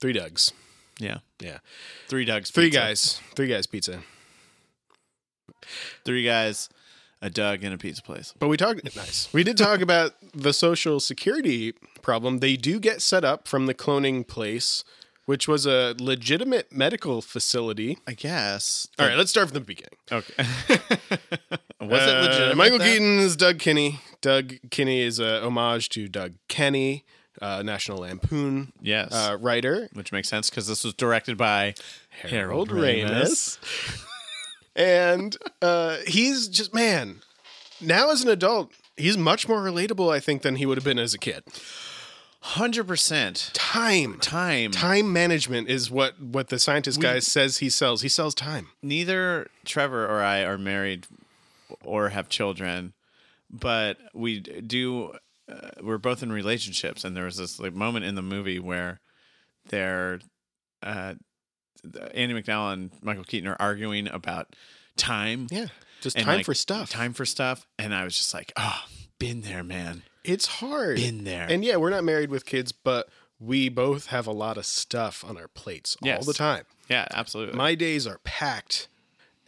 Speaker 3: three Dugs.
Speaker 2: Yeah,
Speaker 3: Yeah.
Speaker 2: three Dugs,
Speaker 3: Three
Speaker 2: pizza.
Speaker 3: guys. Three guys pizza.
Speaker 2: three guys, a Doug and a pizza place.
Speaker 3: But we talked nice. We did talk about the social security problem. They do get set up from the cloning place, which was a legitimate medical facility.
Speaker 2: I guess.
Speaker 3: All right, let's start from the beginning.
Speaker 2: Okay. Was it
Speaker 3: Uh,
Speaker 2: legit?
Speaker 3: Michael Keaton is Doug Kinney. Doug Kinney is a homage to Doug Kenny, uh, National Lampoon
Speaker 2: Yes.
Speaker 3: uh, writer.
Speaker 2: Which makes sense because this was directed by Harold Ramis.
Speaker 3: and uh, he's just man. Now as an adult, he's much more relatable, I think, than he would have been as a kid.
Speaker 2: Hundred percent.
Speaker 3: Time,
Speaker 2: Time.
Speaker 3: time management is what what the scientist guy says he sells. He sells time.
Speaker 2: neither Trevor or I are married or have children, but we do. Uh, we're both in relationships, and there was this like moment in the movie where they're uh, Andy McDowell and Michael Keaton are arguing about time.
Speaker 3: Yeah, just
Speaker 2: and,
Speaker 3: time
Speaker 2: like,
Speaker 3: for stuff.
Speaker 2: Time for stuff, and I was just like, oh, been there, man,
Speaker 3: It's hard.
Speaker 2: been there.
Speaker 3: And yeah, we're not married with kids, but we both have a lot of stuff on our plates all
Speaker 2: Yes.
Speaker 3: the time.
Speaker 2: yeah, absolutely.
Speaker 3: My days are packed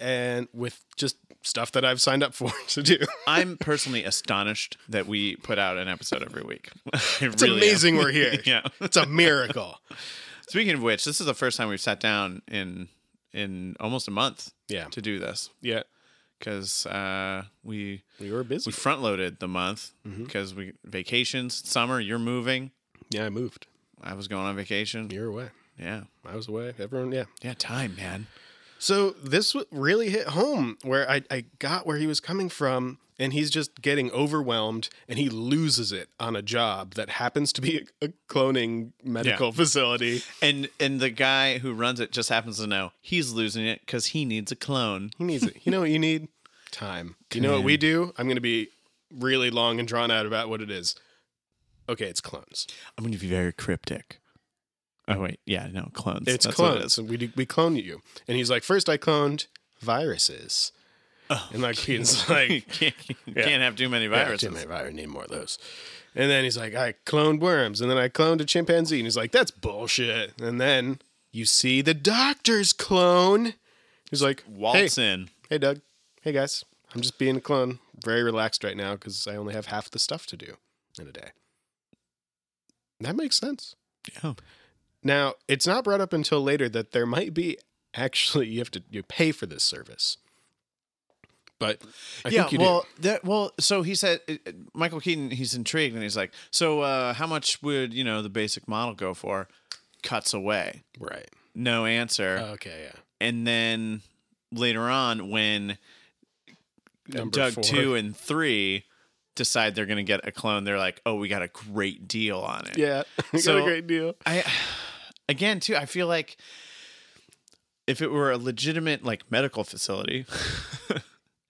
Speaker 3: and with just stuff that I've signed up for to do.
Speaker 2: I'm personally astonished that we put out an episode every week. it's
Speaker 3: It's amazing we're here.
Speaker 2: Yeah.
Speaker 3: It's a miracle.
Speaker 2: Speaking of which, this is the first time we've sat down in in almost a month.
Speaker 3: Yeah.
Speaker 2: To do this
Speaker 3: yeah.
Speaker 2: because uh, we
Speaker 3: We were
Speaker 2: we
Speaker 3: busy.
Speaker 2: front loaded the month
Speaker 3: Mm-hmm.
Speaker 2: because we vacations summer. You're moving.
Speaker 3: Yeah, I moved.
Speaker 2: I was going on vacation.
Speaker 3: You're away.
Speaker 2: Yeah.
Speaker 3: I was away. Everyone, yeah.
Speaker 2: Yeah. Time, man.
Speaker 3: So this w- really hit home where I, I got where he was coming from, and he's just getting overwhelmed and he loses it on a job that happens to be a, a cloning medical facility.
Speaker 2: And and the guy who runs it just happens to know he's losing it because he needs a clone.
Speaker 3: He needs it. You know what you need? Time. You know what we do? I'm going to be really long and drawn out about what it is. Okay, it's clones.
Speaker 2: I'm going to be very cryptic. Oh wait, yeah, no clones.
Speaker 3: It's
Speaker 2: That's what it
Speaker 3: clones. and we do, we clone you. And he's like, first I cloned viruses. and like Keaton's like,
Speaker 2: is. Oh, can't, can't have too many viruses.
Speaker 3: Yeah, Tim, I already need more of those. And then he's like, I cloned worms, and then I cloned a chimpanzee, and he's like, that's bullshit. And then you see the doctor's clone. He's like, hey,
Speaker 2: Waltz in.
Speaker 3: hey, Doug, hey guys, I'm just being a clone. Very relaxed right now because I only have half the stuff to do in a day. That makes sense.
Speaker 2: Yeah.
Speaker 3: Now, it's not brought up until later that there might be actually you have to you pay for this service. But I think you do.
Speaker 2: well, that well, so he said uh, uh, Michael Keaton. He's intrigued, and he's like, "So, uh, how much would you know the basic model go for?" Cuts away,
Speaker 3: right.
Speaker 2: no answer,
Speaker 3: Okay, yeah.
Speaker 2: and then later on, when
Speaker 3: Number
Speaker 2: Doug
Speaker 3: four.
Speaker 2: two and three decide they're going to get a clone, they're like, "Oh, we got a great deal on it."
Speaker 3: Yeah, we got
Speaker 2: So-
Speaker 3: a great deal.
Speaker 2: I again too, I feel like if it were a legitimate like medical facility,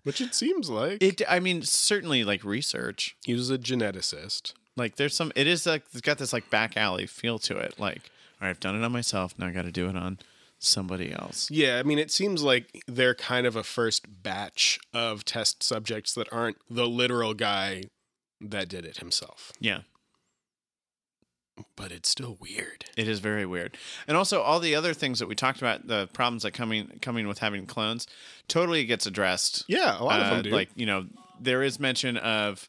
Speaker 3: Which it seems like
Speaker 2: it. I mean, certainly like research.
Speaker 3: he was a geneticist.
Speaker 2: Like there's some it is like it's got this like back alley feel to it. Like, all right, I've done it on myself, now I gotta do it on somebody else.
Speaker 3: Yeah, I mean, it seems like they're kind of a first batch of test subjects that aren't the literal guy that did it himself.
Speaker 2: Yeah.
Speaker 3: But it's still weird.
Speaker 2: It is very weird. And also all the other things that we talked about, the problems that coming coming with having clones, totally gets addressed.
Speaker 3: Yeah, a lot of
Speaker 2: Uh,
Speaker 3: them do.
Speaker 2: Like, you know, there is mention of,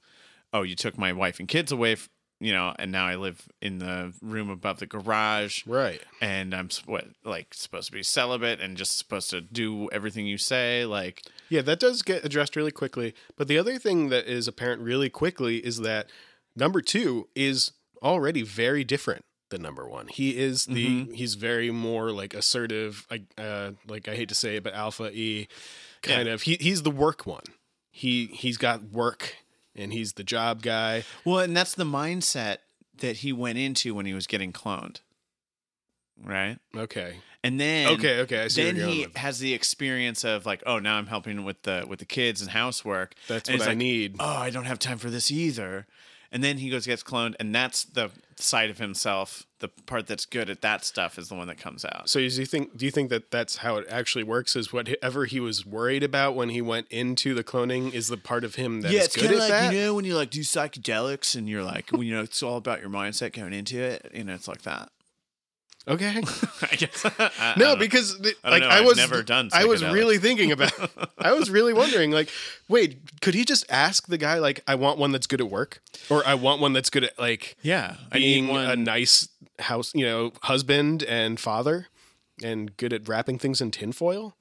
Speaker 2: oh, you took my wife and kids away, f- you know, and now I live in the room above the garage.
Speaker 3: right.
Speaker 2: And I'm s- what like supposed to be celibate and just supposed to do everything you say, like
Speaker 3: Yeah, that does get addressed really quickly. But the other thing that is apparent really quickly is that number two is already very different than number one. He is the he's very more like assertive. I uh, like I hate to say it, but alpha e kind of. He he's the work one. He he's got work and he's the job guy.
Speaker 2: Well, and that's the mindset that he went into when he was getting cloned. Right?
Speaker 3: Okay,
Speaker 2: And then
Speaker 3: Okay, okay, I see where
Speaker 2: then
Speaker 3: you're going
Speaker 2: he
Speaker 3: with.
Speaker 2: has the experience of like, oh, now I'm helping with the with the kids and housework.
Speaker 3: that's
Speaker 2: and
Speaker 3: what
Speaker 2: it's
Speaker 3: I
Speaker 2: like,
Speaker 3: need.
Speaker 2: Oh, I don't have time for this either. And then he goes gets cloned, and that's the side of himself, the part that's good at that stuff, is the one that comes out.
Speaker 3: So is- do you think do you think that that's how it actually works? Is whatever he was worried about when he went into the cloning is the part of him that's
Speaker 2: yeah, it's
Speaker 3: good
Speaker 2: kind
Speaker 3: at
Speaker 2: of like
Speaker 3: that?
Speaker 2: you know when you like do psychedelics and you're like, when, you know, it's all about your mindset going into it. You know, it's like that.
Speaker 3: Okay.
Speaker 2: I guess. I- I
Speaker 3: No,
Speaker 2: don't know.
Speaker 3: because th-
Speaker 2: I don't
Speaker 3: like
Speaker 2: know,
Speaker 3: I
Speaker 2: I've
Speaker 3: was
Speaker 2: never done
Speaker 3: I was
Speaker 2: psychedelics.
Speaker 3: really thinking about. I was really wondering, like, wait, could he just ask the guy, like, I want one that's good at work, or I want one that's good at like
Speaker 2: yeah, I need
Speaker 3: being
Speaker 2: one-
Speaker 3: a nice house, you know, husband and father, and good at wrapping things in tinfoil?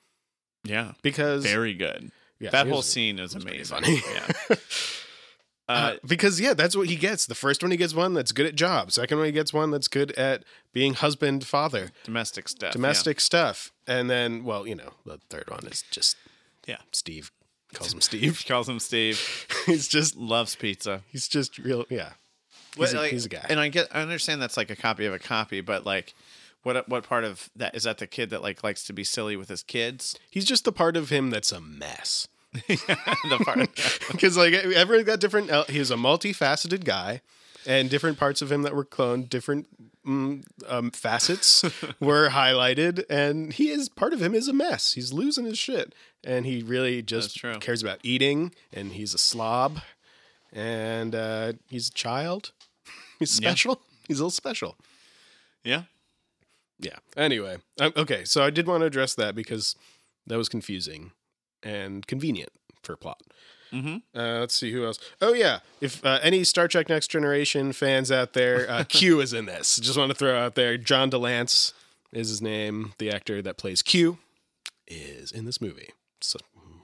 Speaker 2: yeah.
Speaker 3: Because
Speaker 2: very good.
Speaker 3: Yeah,
Speaker 2: that
Speaker 3: it
Speaker 2: whole
Speaker 3: was-
Speaker 2: scene is amazing.
Speaker 3: funny.
Speaker 2: Yeah. Uh,
Speaker 3: because yeah, that's what he gets. The first one he gets one that's good at job. Second one he gets one that's good at being husband, father,
Speaker 2: domestic stuff. yeah.
Speaker 3: domestic stuff, and then well, you know, the third one is just
Speaker 2: Yeah.
Speaker 3: Steve calls him Steve.
Speaker 2: She calls him Steve.
Speaker 3: he's just
Speaker 2: Loves pizza.
Speaker 3: he's just real yeah
Speaker 2: Well,
Speaker 3: he's, a,
Speaker 2: like-
Speaker 3: he's a guy
Speaker 2: And I get, I understand that's like a copy of a copy, but like, what what part of that is that the kid that like likes to be silly with his kids?
Speaker 3: he's just the part of him that's a mess
Speaker 2: the part.
Speaker 3: because like everyone got different el- he's a multifaceted guy and different parts of him that were cloned different mm, um, facets were highlighted and he is part of him is a mess he's losing his shit and he really just
Speaker 2: true.
Speaker 3: cares about eating and he's a slob and uh, he's a child he's
Speaker 2: Yeah.
Speaker 3: special he's a little special
Speaker 2: Yeah.
Speaker 3: yeah. Anyway, um, okay. So I did want to address that because that was confusing and convenient for plot. Mm-hmm. Uh, let's see who else. Oh yeah, if uh, any Star Trek Next Generation fans out there, uh, Q is in this. Just want to throw out there. John DeLance is his name. The actor that plays Q is in this movie. So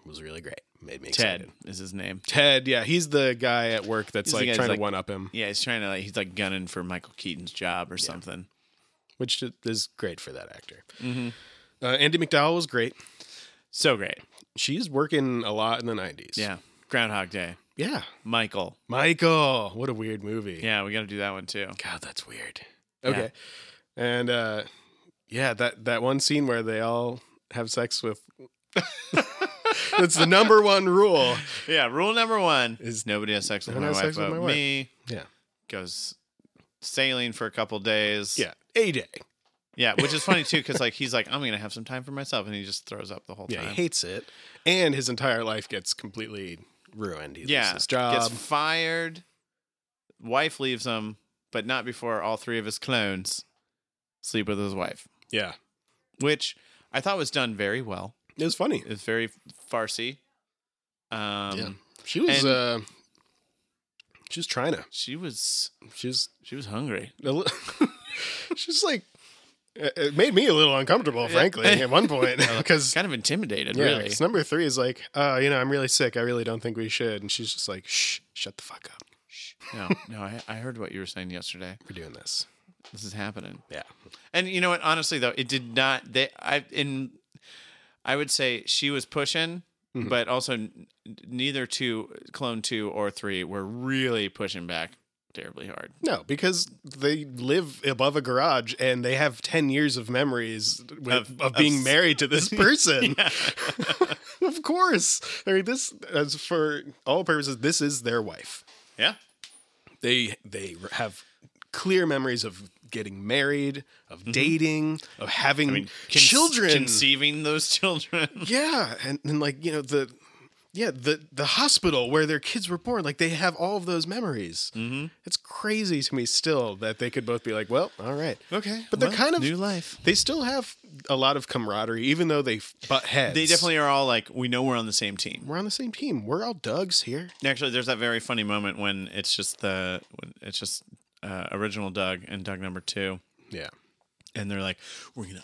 Speaker 3: it was really great. Made me
Speaker 2: Ted
Speaker 3: excited.
Speaker 2: is his name.
Speaker 3: Ted. Yeah, he's the guy at work that's
Speaker 2: He's the guy
Speaker 3: like
Speaker 2: who's
Speaker 3: trying
Speaker 2: like-
Speaker 3: to one up him,
Speaker 2: Yeah, he's trying to like he's like gunning for Michael Keaton's job or something.
Speaker 3: which is great for that actor.
Speaker 2: Mm-hmm.
Speaker 3: Uh, Andy McDowell was great.
Speaker 2: So great.
Speaker 3: she's working a lot in the 90s.
Speaker 2: Yeah. Groundhog Day.
Speaker 3: Yeah.
Speaker 2: Michael.
Speaker 3: Michael, what a weird movie.
Speaker 2: Yeah, we got to do that one too.
Speaker 3: God, that's weird. Okay. And uh yeah, that that one scene where they all have sex with That's the number one rule.
Speaker 2: Yeah, rule number one is nobody has sex with
Speaker 3: Nobody
Speaker 2: my
Speaker 3: has
Speaker 2: wife
Speaker 3: sex with
Speaker 2: but
Speaker 3: my wife.
Speaker 2: me.
Speaker 3: Yeah.
Speaker 2: Goes sailing for a couple days.
Speaker 3: Yeah. A day.
Speaker 2: Yeah, which is funny too, because like he's like, I'm gonna have some time for myself, and he just throws up the whole
Speaker 3: Yeah,
Speaker 2: time.
Speaker 3: he hates it. And his entire life gets completely ruined. He
Speaker 2: yeah,
Speaker 3: loses his job.
Speaker 2: gets fired. Wife leaves him, but not before all three of his clones sleep with his wife,
Speaker 3: yeah.
Speaker 2: which I thought was done very well.
Speaker 3: It was funny.
Speaker 2: It's very farcy. Um,
Speaker 3: yeah. She was
Speaker 2: and-
Speaker 3: uh she was trying to.
Speaker 2: she was
Speaker 3: She was
Speaker 2: she was hungry.
Speaker 3: a li- she's like it it made me a little uncomfortable frankly at one point because
Speaker 2: Kind of intimidated,
Speaker 3: yeah,
Speaker 2: really.
Speaker 3: 'cause number three is like uh you know i'm really sick i really don't think we should and she's just like shh shut the fuck up
Speaker 2: No, no, I, I heard what you were saying yesterday.
Speaker 3: we're doing this
Speaker 2: This is happening.
Speaker 3: yeah
Speaker 2: And you know what? Honestly, though, it did not. They, I in, I would say she was pushing, but also n- neither two, clone two or three, were really pushing back terribly hard.
Speaker 3: no because they live above a garage and they have 10 years of memories with,
Speaker 2: Of-
Speaker 3: of,
Speaker 2: of
Speaker 3: being
Speaker 2: s-
Speaker 3: married to this person of course i mean this as for all purposes this is their wife
Speaker 2: Yeah,
Speaker 3: they they have clear memories of getting married, of
Speaker 2: Mm-hmm.
Speaker 3: dating, of having
Speaker 2: Con-
Speaker 3: children.
Speaker 2: conceiving those children.
Speaker 3: Yeah, and and like you know the yeah the the hospital where their kids were born, like they have all of those memories. Mm-hmm. It's crazy to me still that they could both be like, well, all right,
Speaker 2: Okay,
Speaker 3: but they're
Speaker 2: well,
Speaker 3: kind of
Speaker 2: new life.
Speaker 3: They still have a lot of camaraderie, even though they f- butt heads.
Speaker 2: They definitely are all like, we know we're on the same team.
Speaker 3: we're on the same team. We're all Dugs here.
Speaker 2: Actually, there's that very funny moment when it's just the when it's just uh, original Doug and Doug number two,
Speaker 3: Yeah,
Speaker 2: and they're like, we're gonna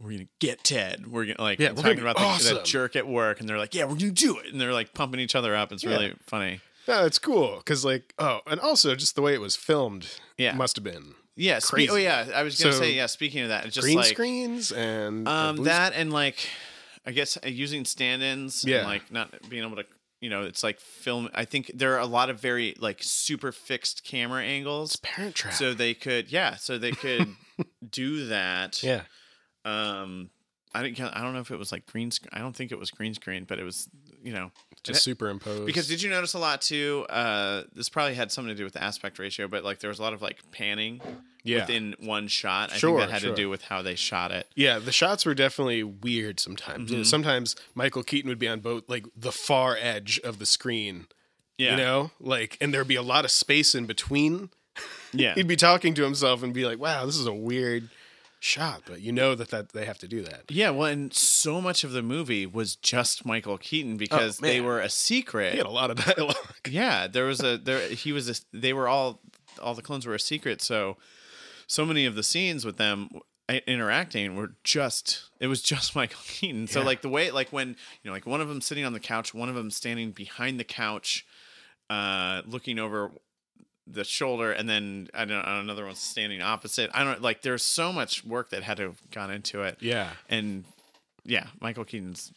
Speaker 2: we're gonna get Ted. We're gonna like
Speaker 3: Yeah, we're
Speaker 2: talking
Speaker 3: gonna be
Speaker 2: about the,
Speaker 3: awesome.
Speaker 2: that jerk at work, and they're like, yeah, we're gonna do it, and they're like pumping each other up. It's really funny.
Speaker 3: no, it's cool because like oh, and also just the way it was filmed.
Speaker 2: Yeah.
Speaker 3: must have been
Speaker 2: Yeah. spe-
Speaker 3: Crazy.
Speaker 2: oh yeah, I was gonna
Speaker 3: So,
Speaker 2: say yeah. Speaking of that, it's just
Speaker 3: green
Speaker 2: like
Speaker 3: screens and uh,
Speaker 2: um
Speaker 3: blue
Speaker 2: that and like I guess uh, using stand-ins
Speaker 3: Yeah.
Speaker 2: and like not being able to. You know, it's like film. I think there are a lot of very like super fixed camera angles.
Speaker 3: Parent Trap.
Speaker 2: so they could yeah so they could do that
Speaker 3: yeah,
Speaker 2: um i didn't count- i don't know if it was like green screen i don't think it was green screen but it was you know
Speaker 3: just superimposed
Speaker 2: because did you notice a lot too uh this probably had something to do with the aspect ratio but like there was a lot of like panning
Speaker 3: Yeah.
Speaker 2: within one shot i
Speaker 3: Sure,
Speaker 2: think that had
Speaker 3: sure.
Speaker 2: to do with how they shot it
Speaker 3: Yeah, the shots were definitely weird sometimes. You know,
Speaker 2: Mm-hmm.
Speaker 3: sometimes Michael Keaton would be on both like the far edge of the screen.
Speaker 2: yeah
Speaker 3: You know? Like and there'd be a lot of space in between.
Speaker 2: yeah
Speaker 3: He'd be talking to himself and be like, Wow, this is a weird shot, but you know that, that they have to do that.
Speaker 2: yeah well and so much of the movie was just michael keaton because they
Speaker 3: Oh, man.
Speaker 2: were a secret
Speaker 3: He had a lot of dialogue.
Speaker 2: Yeah, there was a there. He was. A, they were all all the clones were a secret. So so many of the scenes with them i- interacting were just it was just Michael Keaton. So like the way like when you know like one of them sitting on the couch, one of them standing behind the couch, uh, looking over the shoulder, and then I don't know, another one's standing opposite. I don't like. There's so much work that had to have gone into it.
Speaker 3: Yeah.
Speaker 2: and yeah, Michael Keaton's.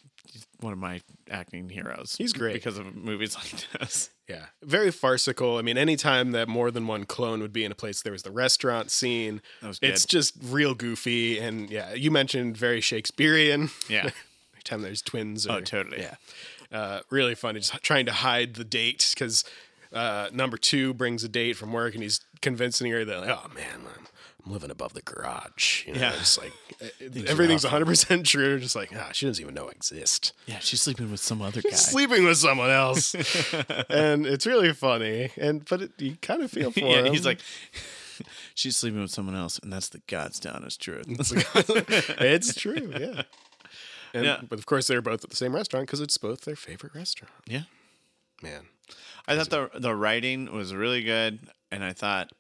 Speaker 2: One of my acting heroes.
Speaker 3: He's great.
Speaker 2: because of movies like this.
Speaker 3: Yeah. Very farcical. I mean, anytime that more than one clone would be in a place, there was the restaurant scene.
Speaker 2: was good.
Speaker 3: it's just real goofy and yeah, you mentioned very Shakespearean.
Speaker 2: Yeah.
Speaker 3: Anytime there's twins or
Speaker 2: Oh, totally.
Speaker 3: Yeah. Uh, really funny. Just trying to hide the date because uh, number two brings a date from work and he's convincing her that, like, oh man, I'm, I'm living above the garage. You know,
Speaker 2: Yeah.
Speaker 3: It's like uh, everything's 100% true. Just like, ah, she doesn't even know I exist.
Speaker 2: Yeah, she's sleeping with some other guy.
Speaker 3: Sleeping with someone else. and it's really funny. And, but it, you kind of feel for
Speaker 2: yeah,
Speaker 3: him.
Speaker 2: he's like, she's sleeping with someone else, and that's the God's honest truth.
Speaker 3: it's true. Yeah. And,
Speaker 2: Yeah.
Speaker 3: But of course, they're both at the same restaurant because it's both their favorite restaurant.
Speaker 2: yeah,
Speaker 3: Man.
Speaker 2: I thought the the writing was really good, and I thought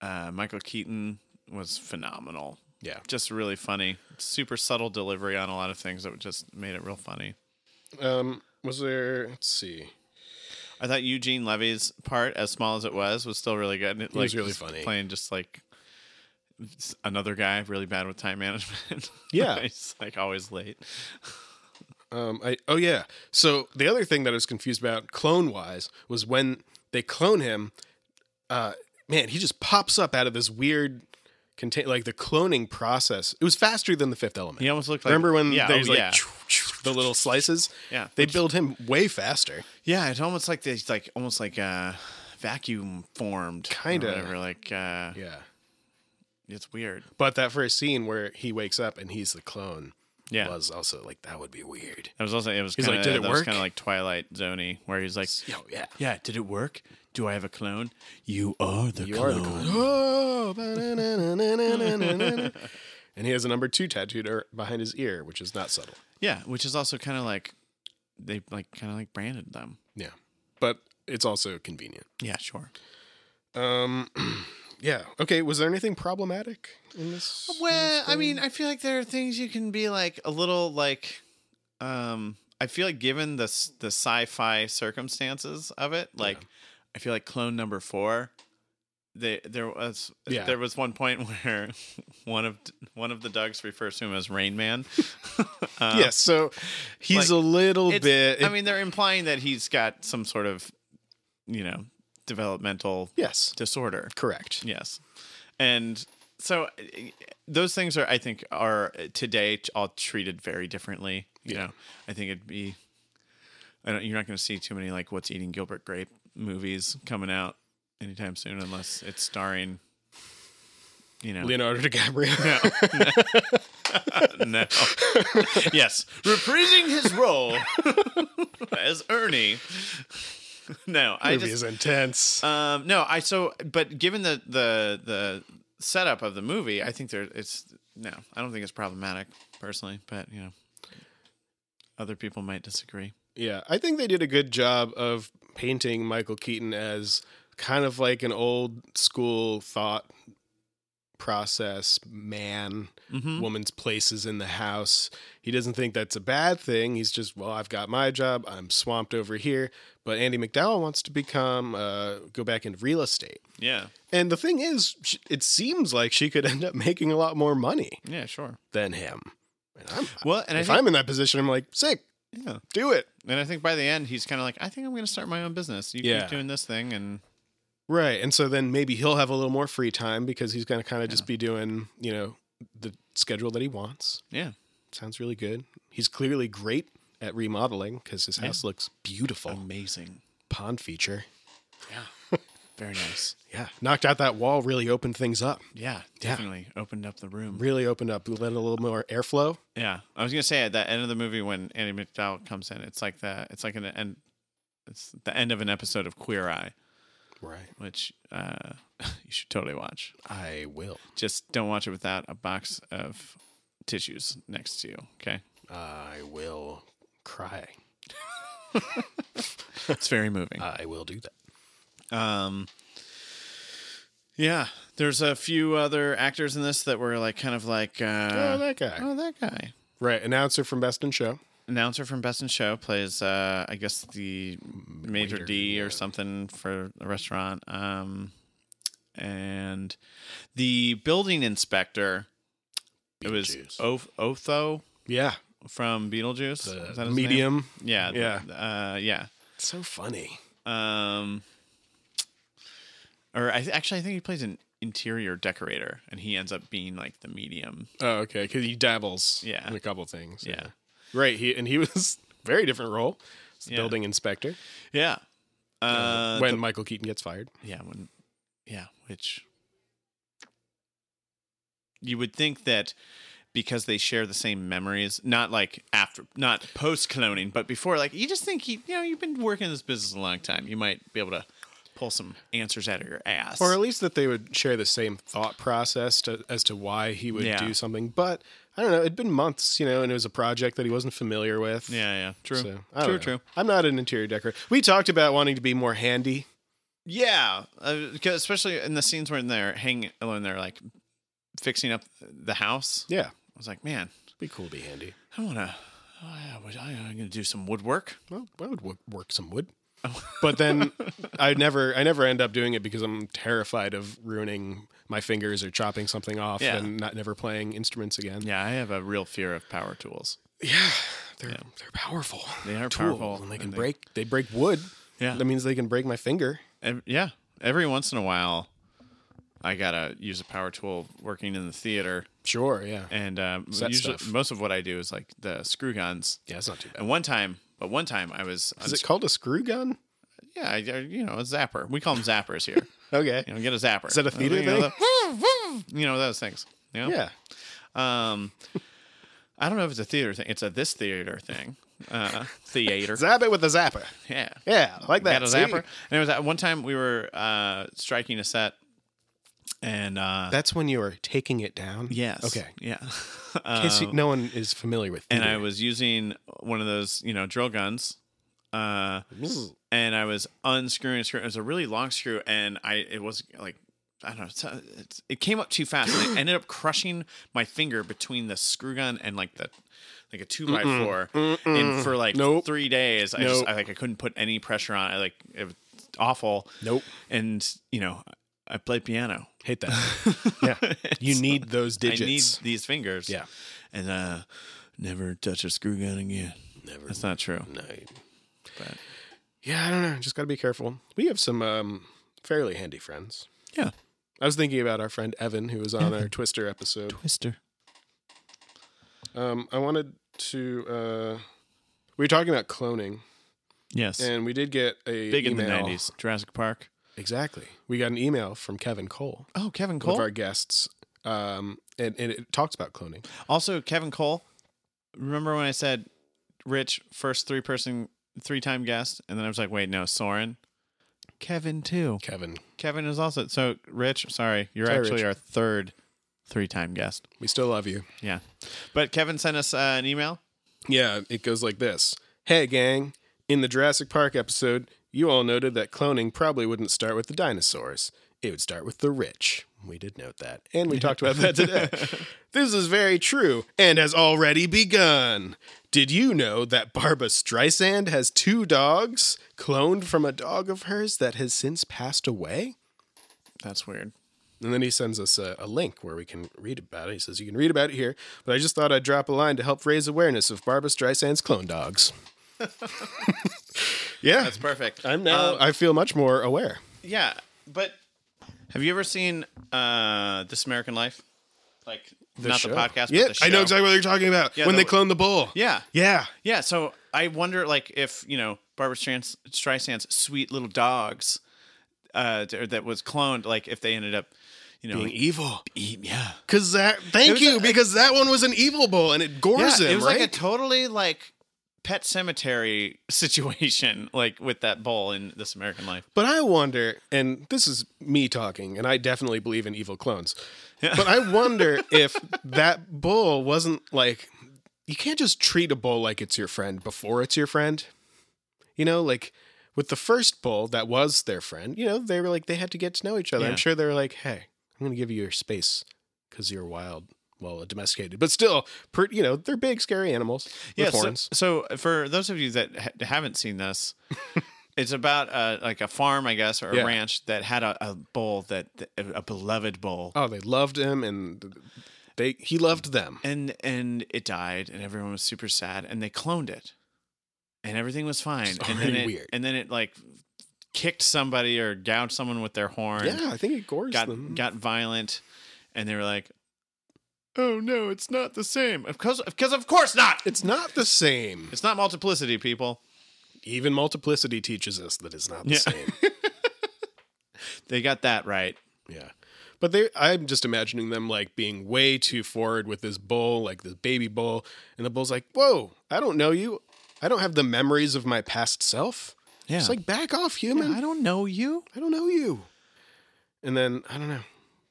Speaker 2: uh, Michael Keaton was phenomenal.
Speaker 3: Yeah.
Speaker 2: Just really funny, super subtle delivery on a lot of things that just made it real funny.
Speaker 3: Um, was there? Let's see.
Speaker 2: I thought Eugene Levy's part, as small as it was, was still really good. It
Speaker 3: He was really
Speaker 2: just
Speaker 3: funny.
Speaker 2: playing just like s- another guy really bad with time management.
Speaker 3: Yeah.
Speaker 2: he's like always late.
Speaker 3: Um, I oh yeah. So the other thing that I was confused about, clone wise, was when they clone him. Uh, man, he just pops up out of this weird contain like the cloning process. It was faster than the Fifth Element.
Speaker 2: He almost looked like
Speaker 3: Remember when
Speaker 2: yeah,
Speaker 3: there's
Speaker 2: oh,
Speaker 3: like
Speaker 2: yeah.
Speaker 3: the little slices?
Speaker 2: Yeah.
Speaker 3: they build him way faster.
Speaker 2: Yeah, it's almost like this, like almost like uh, vacuum formed,
Speaker 3: Kinda.
Speaker 2: or whatever. Like, uh,
Speaker 3: Yeah,
Speaker 2: it's weird.
Speaker 3: but that first scene where he wakes up and he's the clone
Speaker 2: Yeah,
Speaker 3: was also like that would be weird.
Speaker 2: it was also it was
Speaker 3: He's
Speaker 2: kinda,
Speaker 3: like, "Did it
Speaker 2: that was
Speaker 3: work?"
Speaker 2: Kind of like Twilight Zoney, where he's like,
Speaker 3: Yo, Oh, yeah.
Speaker 2: "Yeah, did it work? Do I have a clone? You are the clone."
Speaker 3: Oh, ba-na-na-na-na-na-na-na. and he has a number two tattooed er- behind his ear, which is not subtle.
Speaker 2: Yeah, which is also kind of like they like kind of like branded them.
Speaker 3: Yeah, but it's also convenient.
Speaker 2: Yeah, sure.
Speaker 3: Um, yeah. Okay. Was there anything problematic in this?
Speaker 2: Well, I mean, I feel like there are things you can be like a little like um I feel like given the s- the sci-fi circumstances of it, like I feel like clone number 4 they, there was
Speaker 3: Yeah.
Speaker 2: there was one point where one of one of the Dugs refers to him as Rain Man.
Speaker 3: yes. so
Speaker 2: like,
Speaker 3: he's a little
Speaker 2: It's-
Speaker 3: bit.
Speaker 2: I mean, they're implying that he's got some sort of you know developmental
Speaker 3: yes.
Speaker 2: disorder.
Speaker 3: Correct.
Speaker 2: Yes. And so uh, those things are, I think, are uh, today t- all treated very differently. You know, I think it'd be, I don't, you're not going to see too many like What's Eating Gilbert Grape movies coming out anytime soon unless it's starring you know,
Speaker 3: Leonardo DiCaprio.
Speaker 2: no. yes, reprising his role as Ernie. No, I
Speaker 3: movie
Speaker 2: just
Speaker 3: is intense.
Speaker 2: um, no, I so but given the the the setup of the movie, I think there it's no, I don't think it's problematic personally, but you know, other people might disagree.
Speaker 3: Yeah, I think they did a good job of painting Michael Keaton as kind of like an old school thought process man.
Speaker 2: Mm-hmm.
Speaker 3: Woman's place is in the house. He doesn't think that's a bad thing. He's just, well, I've got my job. I'm swamped over here. But Andy McDowell wants to become uh, go back into real estate.
Speaker 2: Yeah,
Speaker 3: And the thing is, sh- it seems like she could end up making a lot more money
Speaker 2: yeah, sure.
Speaker 3: than him. And I'm,
Speaker 2: Well, and I
Speaker 3: if
Speaker 2: think,
Speaker 3: I'm in that position, I'm like, sick,
Speaker 2: yeah,
Speaker 3: do it.
Speaker 2: and I think by the end he's kind of like, I think I'm going to start my own business. You
Speaker 3: Yeah.
Speaker 2: keep doing this thing, and
Speaker 3: Right. And so then maybe he'll have a little more free time because he's going to kind of just be doing, you know, the schedule that he wants.
Speaker 2: yeah,
Speaker 3: Sounds really good. He's clearly great at remodeling because his house looks beautiful.
Speaker 2: amazing,
Speaker 3: Pond feature.
Speaker 2: very nice.
Speaker 3: Yeah. Knocked out that wall, really opened things up,
Speaker 2: Yeah,
Speaker 3: Yeah.
Speaker 2: definitely opened up the room.
Speaker 3: really opened up, let a little more airflow.
Speaker 2: Yeah, I was gonna say at the end of the movie when Andy McDowell comes in, it's like the it's like an end, it's the end of an episode of Queer Eye,
Speaker 3: Right.
Speaker 2: which uh, you should totally watch.
Speaker 3: I will.
Speaker 2: Just don't watch it without a box of tissues next to you. Okay,
Speaker 3: I will cry.
Speaker 2: it's very moving.
Speaker 3: I will do that.
Speaker 2: Um, yeah, there's a few other actors in this that were like kind of like uh,
Speaker 3: Oh, that guy.
Speaker 2: oh that guy
Speaker 3: Right. Announcer from Best in Show.
Speaker 2: announcer from Best in Show plays, uh, I guess the major D or something for the restaurant. Um, and the building inspector, it was
Speaker 3: Beetlejuice.
Speaker 2: o- Otho
Speaker 3: oh, Yeah.
Speaker 2: from Beetlejuice. Is that
Speaker 3: The
Speaker 2: his name?
Speaker 3: medium.
Speaker 2: Yeah.
Speaker 3: Yeah.
Speaker 2: Uh, yeah.
Speaker 3: So funny.
Speaker 2: Um, or I th- actually, I think he plays an interior decorator, and he ends up being like the medium.
Speaker 3: Oh, okay. Because he dabbles
Speaker 2: Yeah.
Speaker 3: in a couple things.
Speaker 2: Yeah.
Speaker 3: Right. He and he was very different role. He's the
Speaker 2: Yeah.
Speaker 3: building inspector.
Speaker 2: Yeah. Uh,
Speaker 3: when Michael Keaton gets fired.
Speaker 2: Yeah, when yeah, which you would think that because they share the same memories, not like after not post cloning, but before, like you just think he you know, you've been working in this business a long time. You might be able to pull some answers out of your ass.
Speaker 3: Or at least that they would share the same thought process to, as to why he would
Speaker 2: Yeah.
Speaker 3: do something. But I don't know. It'd been months, you know, and it was a project that he wasn't familiar with.
Speaker 2: yeah, yeah. True.
Speaker 3: So, I
Speaker 2: true,
Speaker 3: don't know.
Speaker 2: true.
Speaker 3: I'm not an interior decorator. We talked about wanting to be more handy.
Speaker 2: Yeah, uh, 'cause especially in the scenes where they're hanging when they're like fixing up the house.
Speaker 3: Yeah.
Speaker 2: I was like, man,
Speaker 3: Be cool to be handy.
Speaker 2: I want to. I would- I'm going to do some woodwork.
Speaker 3: Well, I would work, work some wood.
Speaker 2: Oh.
Speaker 3: but then I never I never end up doing it because I'm terrified of ruining my fingers or chopping something off
Speaker 2: Yeah.
Speaker 3: and not never playing instruments again.
Speaker 2: Yeah, I have a real fear of power tools.
Speaker 3: Yeah, they're they're powerful.
Speaker 2: They are
Speaker 3: Tool,
Speaker 2: powerful,
Speaker 3: and they can
Speaker 2: and they-
Speaker 3: break. They break wood.
Speaker 2: Yeah.
Speaker 3: that means they can break my finger.
Speaker 2: Ev- yeah, every once in a while, I gotta use a power tool working in the theater,
Speaker 3: Sure. Yeah.
Speaker 2: and um,
Speaker 3: Set
Speaker 2: usually
Speaker 3: stuff.
Speaker 2: most of what I do is like the screw guns.
Speaker 3: yeah, it's not too bad.
Speaker 2: And one time, but one time I was,
Speaker 3: Is it
Speaker 2: uns-
Speaker 3: called a screw gun?
Speaker 2: yeah, I, I- you know, a zapper. We call them zappers here.
Speaker 3: Okay.
Speaker 2: You know, get a zapper. Is
Speaker 3: that a theater
Speaker 2: you know,
Speaker 3: thing?
Speaker 2: the- you know those things. You know?
Speaker 3: Yeah.
Speaker 2: Um, I don't know if it's a theater thing. It's a this theater thing. Uh, theater.
Speaker 3: Zap it with a zapper.
Speaker 2: yeah.
Speaker 3: Yeah, I like that.
Speaker 2: Got a
Speaker 3: See?
Speaker 2: zapper. And it was at one time we were uh, striking a set, and uh,
Speaker 3: That's when you are taking it down.
Speaker 2: yes,
Speaker 3: Okay.
Speaker 2: yeah.
Speaker 3: In case you- no one is familiar with.
Speaker 2: and I
Speaker 3: theater.
Speaker 2: was using one of those, you know, drill guns, uh, and I was unscrewing a screw. It was a really long screw, and I it was like. I don't know. It's, it's, it came up too fast. And I ended up crushing my finger between the screw gun and like the like a two by four. And for like
Speaker 3: Nope.
Speaker 2: three days, I just
Speaker 3: Nope.
Speaker 2: I like I couldn't put any pressure on. it. I like it was awful.
Speaker 3: Nope.
Speaker 2: And you know, I play piano.
Speaker 3: Hate that. yeah. You need those digits.
Speaker 2: I need these fingers.
Speaker 3: Yeah.
Speaker 2: And uh never touch a screw gun again.
Speaker 3: Never.
Speaker 2: That's not true.
Speaker 3: night.
Speaker 2: But-
Speaker 3: Yeah, I don't know. Just got to be careful. We have some um, fairly handy friends.
Speaker 2: Yeah.
Speaker 3: I was thinking about our friend Evan, who was on our Twister episode.
Speaker 2: Mister.
Speaker 3: Um, I wanted to. Uh, we were talking about cloning,
Speaker 2: Yes.
Speaker 3: and we did get a
Speaker 2: Big in the
Speaker 3: email.
Speaker 2: nineties. Jurassic Park.
Speaker 3: Exactly. We got an email from Kevin Cole,
Speaker 2: Oh, Kevin
Speaker 3: one
Speaker 2: Cole.
Speaker 3: of our guests, um, and, and it talks about cloning.
Speaker 2: Also, Kevin Cole. Remember when I said Rich first three person three time guest, and then I was like, wait, no, Soren, Kevin too.
Speaker 3: Kevin,
Speaker 2: Kevin is also so Rich. Sorry, you're
Speaker 3: Sorry,
Speaker 2: actually
Speaker 3: Rich.
Speaker 2: our third three time guest.
Speaker 3: we still love you.
Speaker 2: Yeah, but Kevin sent us uh, an email.
Speaker 3: Yeah, it goes like this Hey, gang. In the Jurassic Park episode, you all noted that cloning probably wouldn't start with the dinosaurs. It would start with the rich. We did note that. And we talked about that today. this is very true and has already begun. Did you know that Barbara Streisand has two dogs cloned from a dog of hers that has since passed away?
Speaker 2: That's weird.
Speaker 3: And then he sends us a, a link where we can read about it. He says, You can read about it here, but I just thought I'd drop a line to help raise awareness of Barbara Streisand's clone dogs. yeah.
Speaker 2: That's perfect.
Speaker 3: I'm now, I feel much more aware.
Speaker 2: Yeah, but have you ever seen uh This American Life? Like not
Speaker 3: show.
Speaker 2: the podcast,
Speaker 3: Yeah,
Speaker 2: but the show.
Speaker 3: I know exactly what you're talking about.
Speaker 2: Yeah,
Speaker 3: when
Speaker 2: the-
Speaker 3: they clone the bull.
Speaker 2: Yeah,
Speaker 3: Yeah.
Speaker 2: yeah. So I wonder, like, if you know Barbara Strans- Streisand's sweet little dogs uh d- that was cloned, like if they ended up, you know,
Speaker 3: Being
Speaker 2: like,
Speaker 3: evil.
Speaker 2: eat- yeah,
Speaker 3: Because that,
Speaker 2: It
Speaker 3: thank
Speaker 2: was
Speaker 3: you,
Speaker 2: a-
Speaker 3: because that one was an evil bull and it
Speaker 2: yeah.
Speaker 3: gores him,
Speaker 2: It was
Speaker 3: right?
Speaker 2: like a totally like pet cemetery situation, like with that bull in This American Life.
Speaker 3: But I wonder, and this is me talking, and I definitely believe in evil clones. But I wonder if that bull wasn't like you can't just treat a bull like it's your friend before it's your friend. You know, like with the first bull that was their friend, you know, they were like they had to get to know each other.
Speaker 2: Yeah.
Speaker 3: I'm sure they were like, "Hey, I'm going to give you your space cuz you're wild." Well, domesticated, but still, per, you know, they're big, scary animals with
Speaker 2: yeah, so-
Speaker 3: horns.
Speaker 2: So, for those of you that ha- haven't seen this, it's about uh, like a farm, I guess, or a
Speaker 3: Yeah.
Speaker 2: ranch that had a, a bull that a beloved bull,
Speaker 3: Oh, they loved him, and they he loved them.
Speaker 2: and and it died, and everyone was super sad, and they cloned it, and everything was fine,
Speaker 3: It's
Speaker 2: and then
Speaker 3: already
Speaker 2: it,
Speaker 3: weird.
Speaker 2: and then it like kicked somebody or gouged someone with their horn,
Speaker 3: Yeah, I think it gores
Speaker 2: got
Speaker 3: them.
Speaker 2: got violent, and they were like. Oh no, it's not the same. Of course, because of course not.
Speaker 3: It's not the same.
Speaker 2: It's not multiplicity, people.
Speaker 3: Even multiplicity teaches us that it's not the
Speaker 2: Yeah.
Speaker 3: same.
Speaker 2: They got that right.
Speaker 3: Yeah. But they I'm just imagining them like being way too forward with this bull, like this baby bull, and the bull's like, "Whoa, I don't know you. I don't have the memories of my past self."
Speaker 2: Yeah.
Speaker 3: It's like, "Back off, human. I, don't,
Speaker 2: know you.
Speaker 3: I don't know you." And then, I don't know,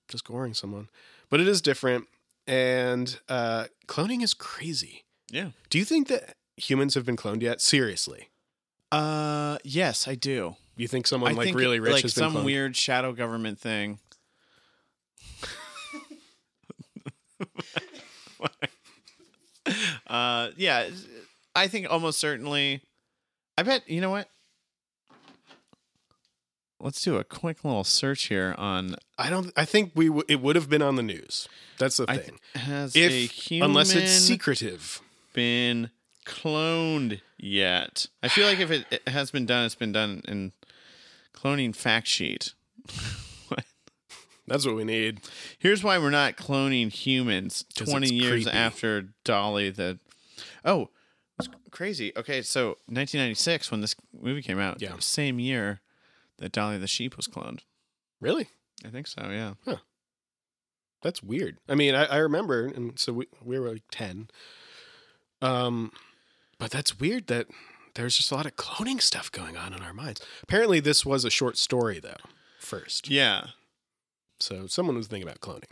Speaker 3: just goring someone. But it is different and uh cloning is crazy.
Speaker 2: Yeah.
Speaker 3: Do you think that humans have been cloned yet? Seriously.
Speaker 2: Uh, yes, I do.
Speaker 3: You think someone
Speaker 2: I
Speaker 3: like
Speaker 2: think
Speaker 3: really
Speaker 2: it-
Speaker 3: rich
Speaker 2: like
Speaker 3: has been
Speaker 2: some
Speaker 3: cloned?
Speaker 2: weird shadow government thing. uh, yeah, I think almost certainly. I bet you know what. Let's do a quick little search here on
Speaker 3: I don't. I think we w- it would have been on the news. That's the
Speaker 2: I
Speaker 3: thing.
Speaker 2: has a
Speaker 3: if
Speaker 2: human
Speaker 3: unless it's secretive,
Speaker 2: been cloned yet. I feel like if it, it has been done, it's been done in cloning fact sheet.
Speaker 3: that's what we need.
Speaker 2: Here's why we're not cloning humans
Speaker 3: 'Cause
Speaker 2: 20
Speaker 3: it's
Speaker 2: years
Speaker 3: creepy.
Speaker 2: after Dolly the Oh, it's crazy. Okay, so 1996 when this movie came out,
Speaker 3: Yeah.
Speaker 2: same year that Dolly the sheep was cloned.
Speaker 3: Really,
Speaker 2: I think so, yeah.
Speaker 3: that's weird. I mean, I, I remember, and so we we were like ten. Um, but that's weird that there's just a lot of cloning stuff going on in our minds. Apparently, this was a short story though. First,
Speaker 2: Yeah.
Speaker 3: so someone was thinking about cloning.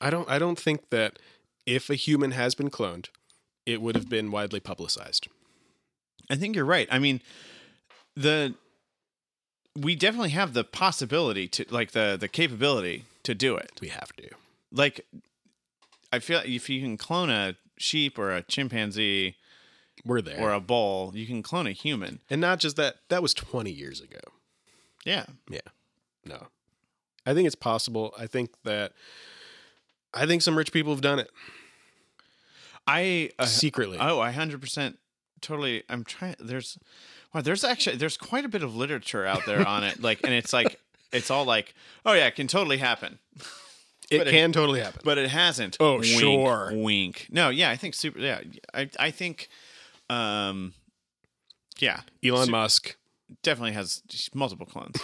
Speaker 3: I don't. I don't think that if a human has been cloned, it would have been widely publicized.
Speaker 2: I think you're right. I mean, the we definitely have the possibility to like the the capability to do it.
Speaker 3: We have to.
Speaker 2: Like I feel if you can clone a sheep or a chimpanzee
Speaker 3: We're there.
Speaker 2: or a bull, you can clone a human.
Speaker 3: And not just that, that was 20 years ago.
Speaker 2: Yeah.
Speaker 3: No. I think it's possible. I think that I think some rich people have done it
Speaker 2: I uh,
Speaker 3: secretly.
Speaker 2: oh, I hundred percent totally. I'm trying. There's wow. There's actually there's quite a bit of literature out there on it. Like, and it's like it's all like, oh yeah, it can totally happen,
Speaker 3: it
Speaker 2: but it-
Speaker 3: can totally happen.
Speaker 2: but it hasn't.
Speaker 3: Oh,
Speaker 2: Wink,
Speaker 3: sure.
Speaker 2: Wink. No, yeah, I think super. Yeah, I I think, um, yeah,
Speaker 3: Elon
Speaker 2: su-
Speaker 3: Musk
Speaker 2: definitely has multiple clones.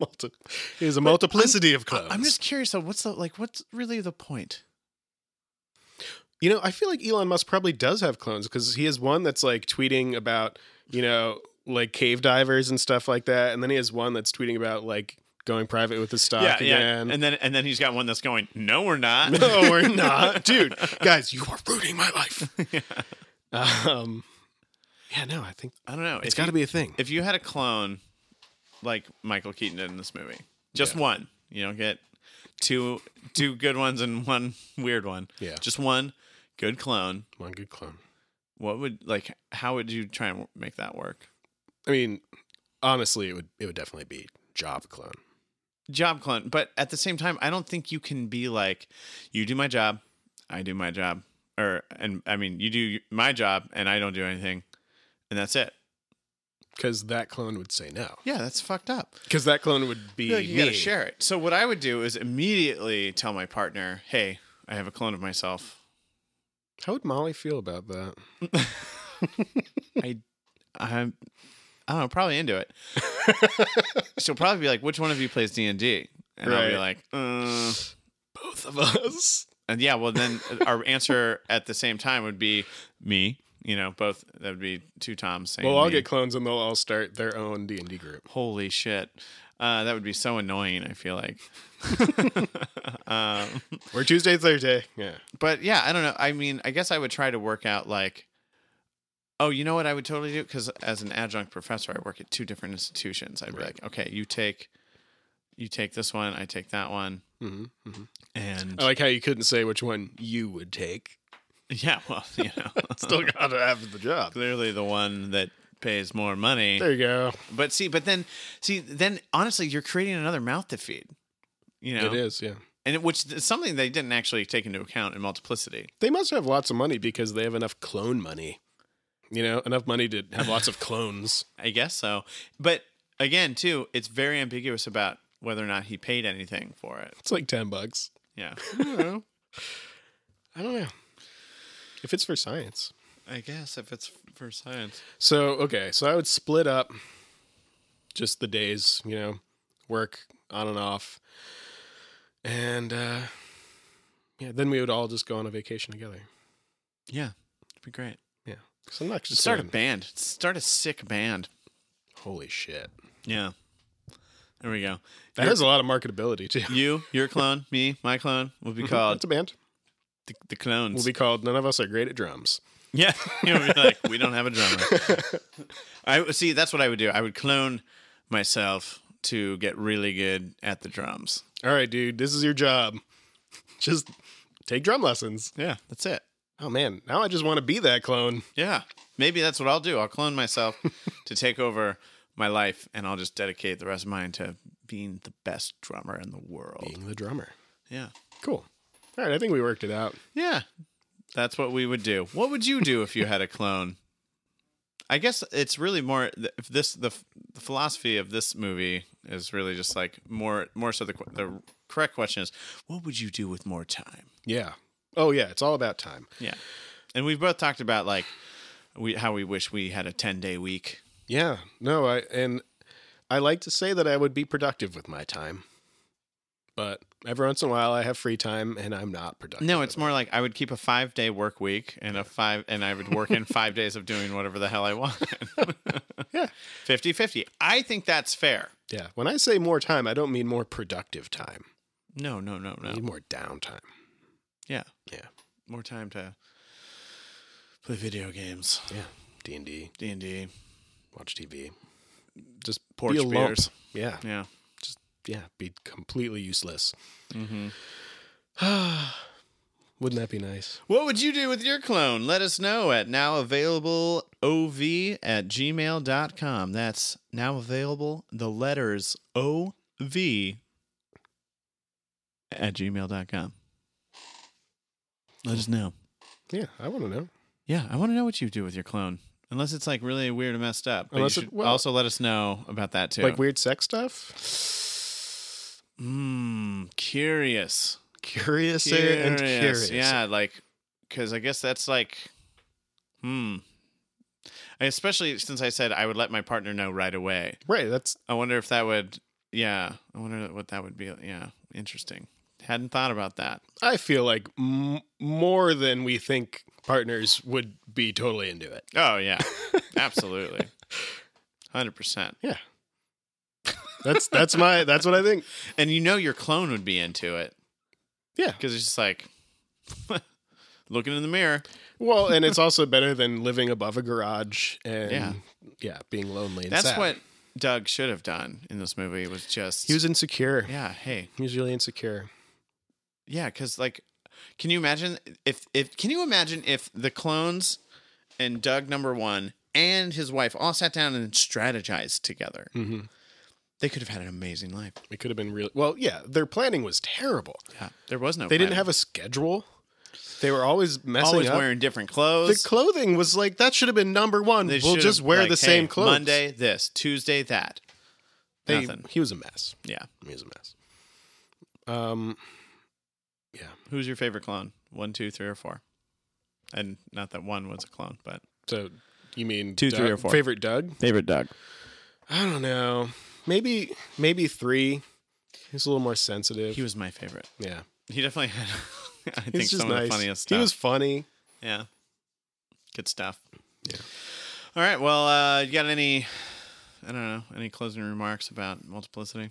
Speaker 3: Multi- it is a multiplicity of clones.
Speaker 2: I'm just curious though. What's the like? What's really the point?
Speaker 3: You know, I feel like Elon Musk probably does have clones because he has one that's like tweeting about, you know, like cave divers and stuff like that. And then he has one that's tweeting about like going private with his stock again.
Speaker 2: And then and then he's got one that's going. No, we're not.
Speaker 3: no, we're not. Dude, guys, you are ruining my life. Um, yeah, no, I think
Speaker 2: I don't know. If
Speaker 3: it's
Speaker 2: you-
Speaker 3: got to be a thing.
Speaker 2: If you had a clone, like Michael Keaton did in this movie, just one. You don't get two two good ones and one weird one.
Speaker 3: Yeah.
Speaker 2: just one good clone.
Speaker 3: one good clone.
Speaker 2: What would like? How would you try and make that work?
Speaker 3: I mean, honestly, it would it would definitely be job clone.
Speaker 2: job clone but at the same time i don't think you can be like you do my job i do my job or and i mean you do my job and i don't do anything and that's it
Speaker 3: Because that clone would say no.
Speaker 2: yeah that's fucked up
Speaker 3: Because that clone would be
Speaker 2: you,
Speaker 3: me.
Speaker 2: gotta share it so what i would do is immediately tell my partner hey i have a clone of myself
Speaker 3: How would Molly feel about that?
Speaker 2: i i'm i don't know probably into it she'll probably be like which one of you plays d&d and i'll be
Speaker 3: Right.
Speaker 2: like uh,
Speaker 3: Both of us.
Speaker 2: And yeah, well, then our answer at the same time would be me. You know, both that would be two Toms saying.
Speaker 3: Well, I'll
Speaker 2: me.
Speaker 3: get clones and they'll all start their own D and D group.
Speaker 2: Holy shit, uh, that would be so annoying. I feel like. um,
Speaker 3: Or Tuesday, Thursday. Yeah.
Speaker 2: but yeah, I don't know. I mean, I guess I would try to work out like, oh, you know what I would totally do because as an adjunct professor, I work at two different institutions. I'd be
Speaker 3: Right.
Speaker 2: like, okay, you take, you take this one, I take that one,
Speaker 3: hmm hmm
Speaker 2: and
Speaker 3: I like how you couldn't say which one you would take.
Speaker 2: yeah, well, you know,
Speaker 3: Still got to have the job.
Speaker 2: clearly the one that pays more money.
Speaker 3: There you go.
Speaker 2: But see, but then see, then honestly, you're creating another mouth to feed. You know,
Speaker 3: It is. Yeah.
Speaker 2: and it, which is something they didn't actually take into account in multiplicity.
Speaker 3: They must have lots of money because they have enough clone money. You know, enough money to have lots of clones.
Speaker 2: I guess so. But again, too, it's very ambiguous about whether or not he paid anything for it.
Speaker 3: It's like ten bucks.
Speaker 2: Yeah,
Speaker 3: I don't know. If it's for science.
Speaker 2: I guess if it's for science.
Speaker 3: So okay, so I would split up just the days, you know, work on and off, and uh, yeah, then we would all just go on a vacation together.
Speaker 2: Yeah, it'd be great.
Speaker 3: Yeah, so I'm not just
Speaker 2: Start a
Speaker 3: saying,
Speaker 2: band. Start a sick band.
Speaker 3: Holy shit,
Speaker 2: Yeah. There we go.
Speaker 3: that
Speaker 2: Your-
Speaker 3: has a lot of marketability too.
Speaker 2: you, your clone, me, my clone will be called
Speaker 3: That's a band.
Speaker 2: the, the clones.
Speaker 3: We'll be called. None of us are great at drums.
Speaker 2: Yeah, you would be like, we don't have a drummer. I see. That's what I would do. I would clone myself to get really good at the drums.
Speaker 3: All right, dude, this is your job. Just take drum lessons.
Speaker 2: Yeah, that's it.
Speaker 3: Oh man, now I just want to be that clone.
Speaker 2: Yeah, maybe that's what I'll do. I'll clone myself to take over my life, and I'll just dedicate the rest of mine to being the best drummer in the world.
Speaker 3: Being the drummer.
Speaker 2: Yeah,
Speaker 3: Cool. All right, I think we worked it out.
Speaker 2: yeah, that's what we would do. What would you do if you had a clone? I guess it's really more th- if this the, f- the philosophy of this movie is really just like more more so the qu- the correct question is what would you do with more time?
Speaker 3: Yeah. Oh yeah, it's all about time.
Speaker 2: Yeah, and we've both talked about like we how we wish we had a ten day week.
Speaker 3: Yeah, no, I and I like to say that I would be productive with my time, but every once in a while I have free time and I'm not productive.
Speaker 2: No, it's more like I would keep a five day work week and a five and I would work in five days of doing whatever the hell I want.
Speaker 3: Yeah.
Speaker 2: 50-50. I think that's fair.
Speaker 3: yeah. When I say more time, I don't mean more productive time.
Speaker 2: No, no, no,
Speaker 3: I
Speaker 2: no.
Speaker 3: mean more downtime.
Speaker 2: Yeah,
Speaker 3: Yeah,
Speaker 2: more time to play video games,
Speaker 3: yeah. D and D,
Speaker 2: D and D,
Speaker 3: watch TV, just
Speaker 2: porch
Speaker 3: be a lump.
Speaker 2: beers.
Speaker 3: Yeah,
Speaker 2: Yeah,
Speaker 3: yeah. Be completely useless.
Speaker 2: Mm-hmm.
Speaker 3: Wouldn't that be nice?
Speaker 2: What would you do with your clone? Let us know at nowavailableov at gmail.com. That's now available, the letters OV at gmail.com. Let us know.
Speaker 3: Yeah, I want to know.
Speaker 2: Yeah, I want to know what you do with your clone. Unless it's like really weird and messed up. But
Speaker 3: Unless
Speaker 2: you
Speaker 3: it-
Speaker 2: should
Speaker 3: well-
Speaker 2: also let us know about that too.
Speaker 3: Like weird sex stuff.
Speaker 2: Mm, curious.
Speaker 3: Curious, and curious.
Speaker 2: Yeah, like because I guess that's like, hmm. Especially since I said I would let my partner know right away.
Speaker 3: Right. That's
Speaker 2: I wonder if that would yeah, I wonder what that would be. Yeah, interesting. Hadn't thought about that.
Speaker 3: I feel like m- more than we think partners would be totally into it.
Speaker 2: Oh yeah, absolutely, hundred percent.
Speaker 3: Yeah. That's that's my that's what I think.
Speaker 2: And you know your clone would be into it
Speaker 3: Yeah.
Speaker 2: because it's just like looking in the mirror.
Speaker 3: Well, and it's also better than living above a garage and
Speaker 2: Yeah.
Speaker 3: yeah, being lonely. And
Speaker 2: That's
Speaker 3: sad.
Speaker 2: what Doug should have done in this movie. Was just
Speaker 3: he was insecure.
Speaker 2: yeah. Hey,
Speaker 3: He was really insecure.
Speaker 2: yeah, because like, can you imagine if if can you imagine if the clones and Doug number one and his wife all sat down and strategized together?
Speaker 3: Mhm.
Speaker 2: They could have had an amazing life.
Speaker 3: It could have been real. Well, yeah, their planning was terrible.
Speaker 2: Yeah, there was no.
Speaker 3: They didn't
Speaker 2: plan.
Speaker 3: have a schedule. They were always messing
Speaker 2: always
Speaker 3: up.
Speaker 2: wearing different
Speaker 3: the
Speaker 2: clothes.
Speaker 3: clothing was like that should have been number one.
Speaker 2: They
Speaker 3: we'll
Speaker 2: should
Speaker 3: just
Speaker 2: have,
Speaker 3: wear
Speaker 2: like,
Speaker 3: the
Speaker 2: hey,
Speaker 3: same clothes.
Speaker 2: Monday this, Tuesday that.
Speaker 3: They-
Speaker 2: Nothing.
Speaker 3: He was a mess.
Speaker 2: Yeah.
Speaker 3: He was a mess. Um, yeah.
Speaker 2: Who's your favorite clone? One, two, three, or four? And not that one was a clone, but
Speaker 3: So you mean
Speaker 2: Two, three,
Speaker 3: Doug-
Speaker 2: or four.
Speaker 3: Favorite Doug?
Speaker 2: favorite Doug.
Speaker 3: I don't know. Maybe maybe three. He's a little more sensitive.
Speaker 2: He was my favorite.
Speaker 3: yeah.
Speaker 2: He definitely had. I
Speaker 3: He's
Speaker 2: think
Speaker 3: just
Speaker 2: some of
Speaker 3: nice.
Speaker 2: the funniest stuff.
Speaker 3: He was funny.
Speaker 2: yeah. Good stuff. All right. Well, uh, you got any? I don't know. Any closing remarks about multiplicity?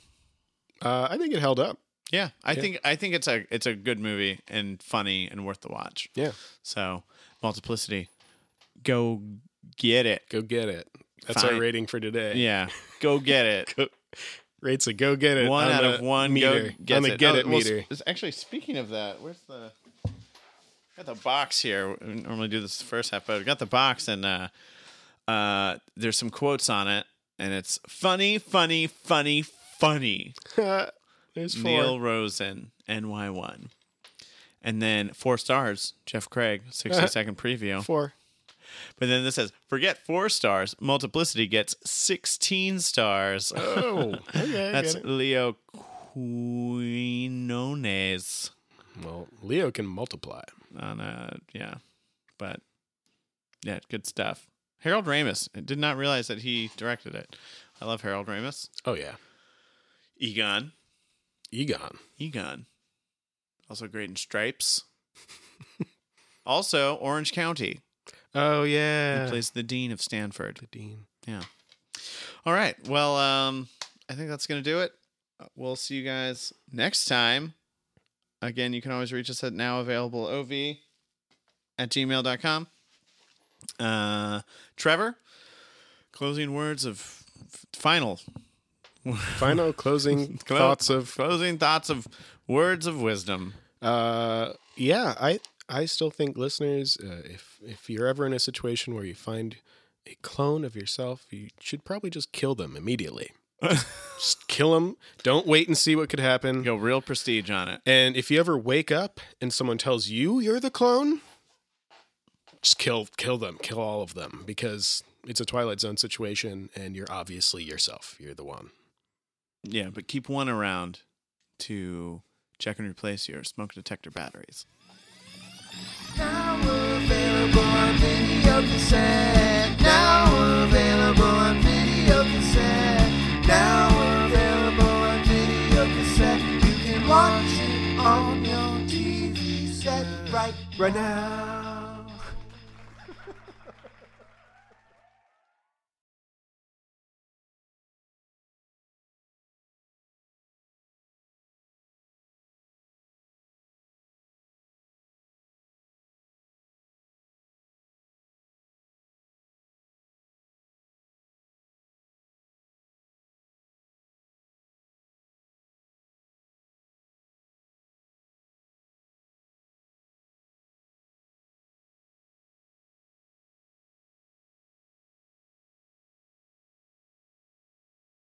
Speaker 3: Uh, I think it held up.
Speaker 2: Yeah, I
Speaker 3: Yeah.
Speaker 2: think I think it's a it's a good movie and funny and worth the watch.
Speaker 3: Yeah.
Speaker 2: So multiplicity, go get it.
Speaker 3: Go get it. That's
Speaker 2: Fine.
Speaker 3: our rating for today.
Speaker 2: Yeah, go get it.
Speaker 3: Go, rates a go get it.
Speaker 2: one
Speaker 3: on
Speaker 2: out
Speaker 3: the
Speaker 2: of one
Speaker 3: meter.
Speaker 2: go gets
Speaker 3: on the get
Speaker 2: Oh,
Speaker 3: it
Speaker 2: well,
Speaker 3: meter.
Speaker 2: s- actually, speaking of that, where's the got the box here? We normally do this the first half, but I got the box and uh, uh, there's some quotes on it, and it's funny, funny, funny, funny.
Speaker 3: There's four.
Speaker 2: Neil Rosen, NY one, and then four stars. Jeff Craig, sixty second preview.
Speaker 3: Four.
Speaker 2: But then this says, forget four stars. Multiplicity gets sixteen stars.
Speaker 3: Oh, okay. I
Speaker 2: That's
Speaker 3: get it.
Speaker 2: Leo Quinones
Speaker 3: well, Leo can multiply.
Speaker 2: on a yeah, but yeah, good stuff. Harold Ramis I did not realize that he directed it. I love Harold Ramis.
Speaker 3: Oh yeah,
Speaker 2: Egon,
Speaker 3: Egon.
Speaker 2: Egon, also great in Stripes. also Orange County.
Speaker 3: Oh
Speaker 2: He
Speaker 3: yeah,
Speaker 2: plays the dean of Stanford.
Speaker 3: the dean.
Speaker 2: Yeah. All right. Well, um, I think that's gonna do it. Uh, We'll see you guys next time. Again, you can always reach us at nowavailablelov at gmail.com. Uh, Trevor, closing words of f- final
Speaker 3: Final closing
Speaker 2: Clo-
Speaker 3: thoughts of
Speaker 2: closing thoughts of words of wisdom.
Speaker 3: uh yeah i i still think listeners uh, if if you're ever in a situation where you find a clone of yourself you should probably just kill them immediately just kill them don't wait and see what could happen
Speaker 2: Go real prestige on it.
Speaker 3: and if you ever wake up and someone tells you you're the clone just kill kill them kill all of them because it's a twilight zone situation and you're obviously yourself you're the one
Speaker 2: Yeah, but keep one around to check and replace your smoke detector batteries.
Speaker 1: Now available on video cassette. Now available on video cassette. Now available on video cassette. You can watch it on your TV set right, right now.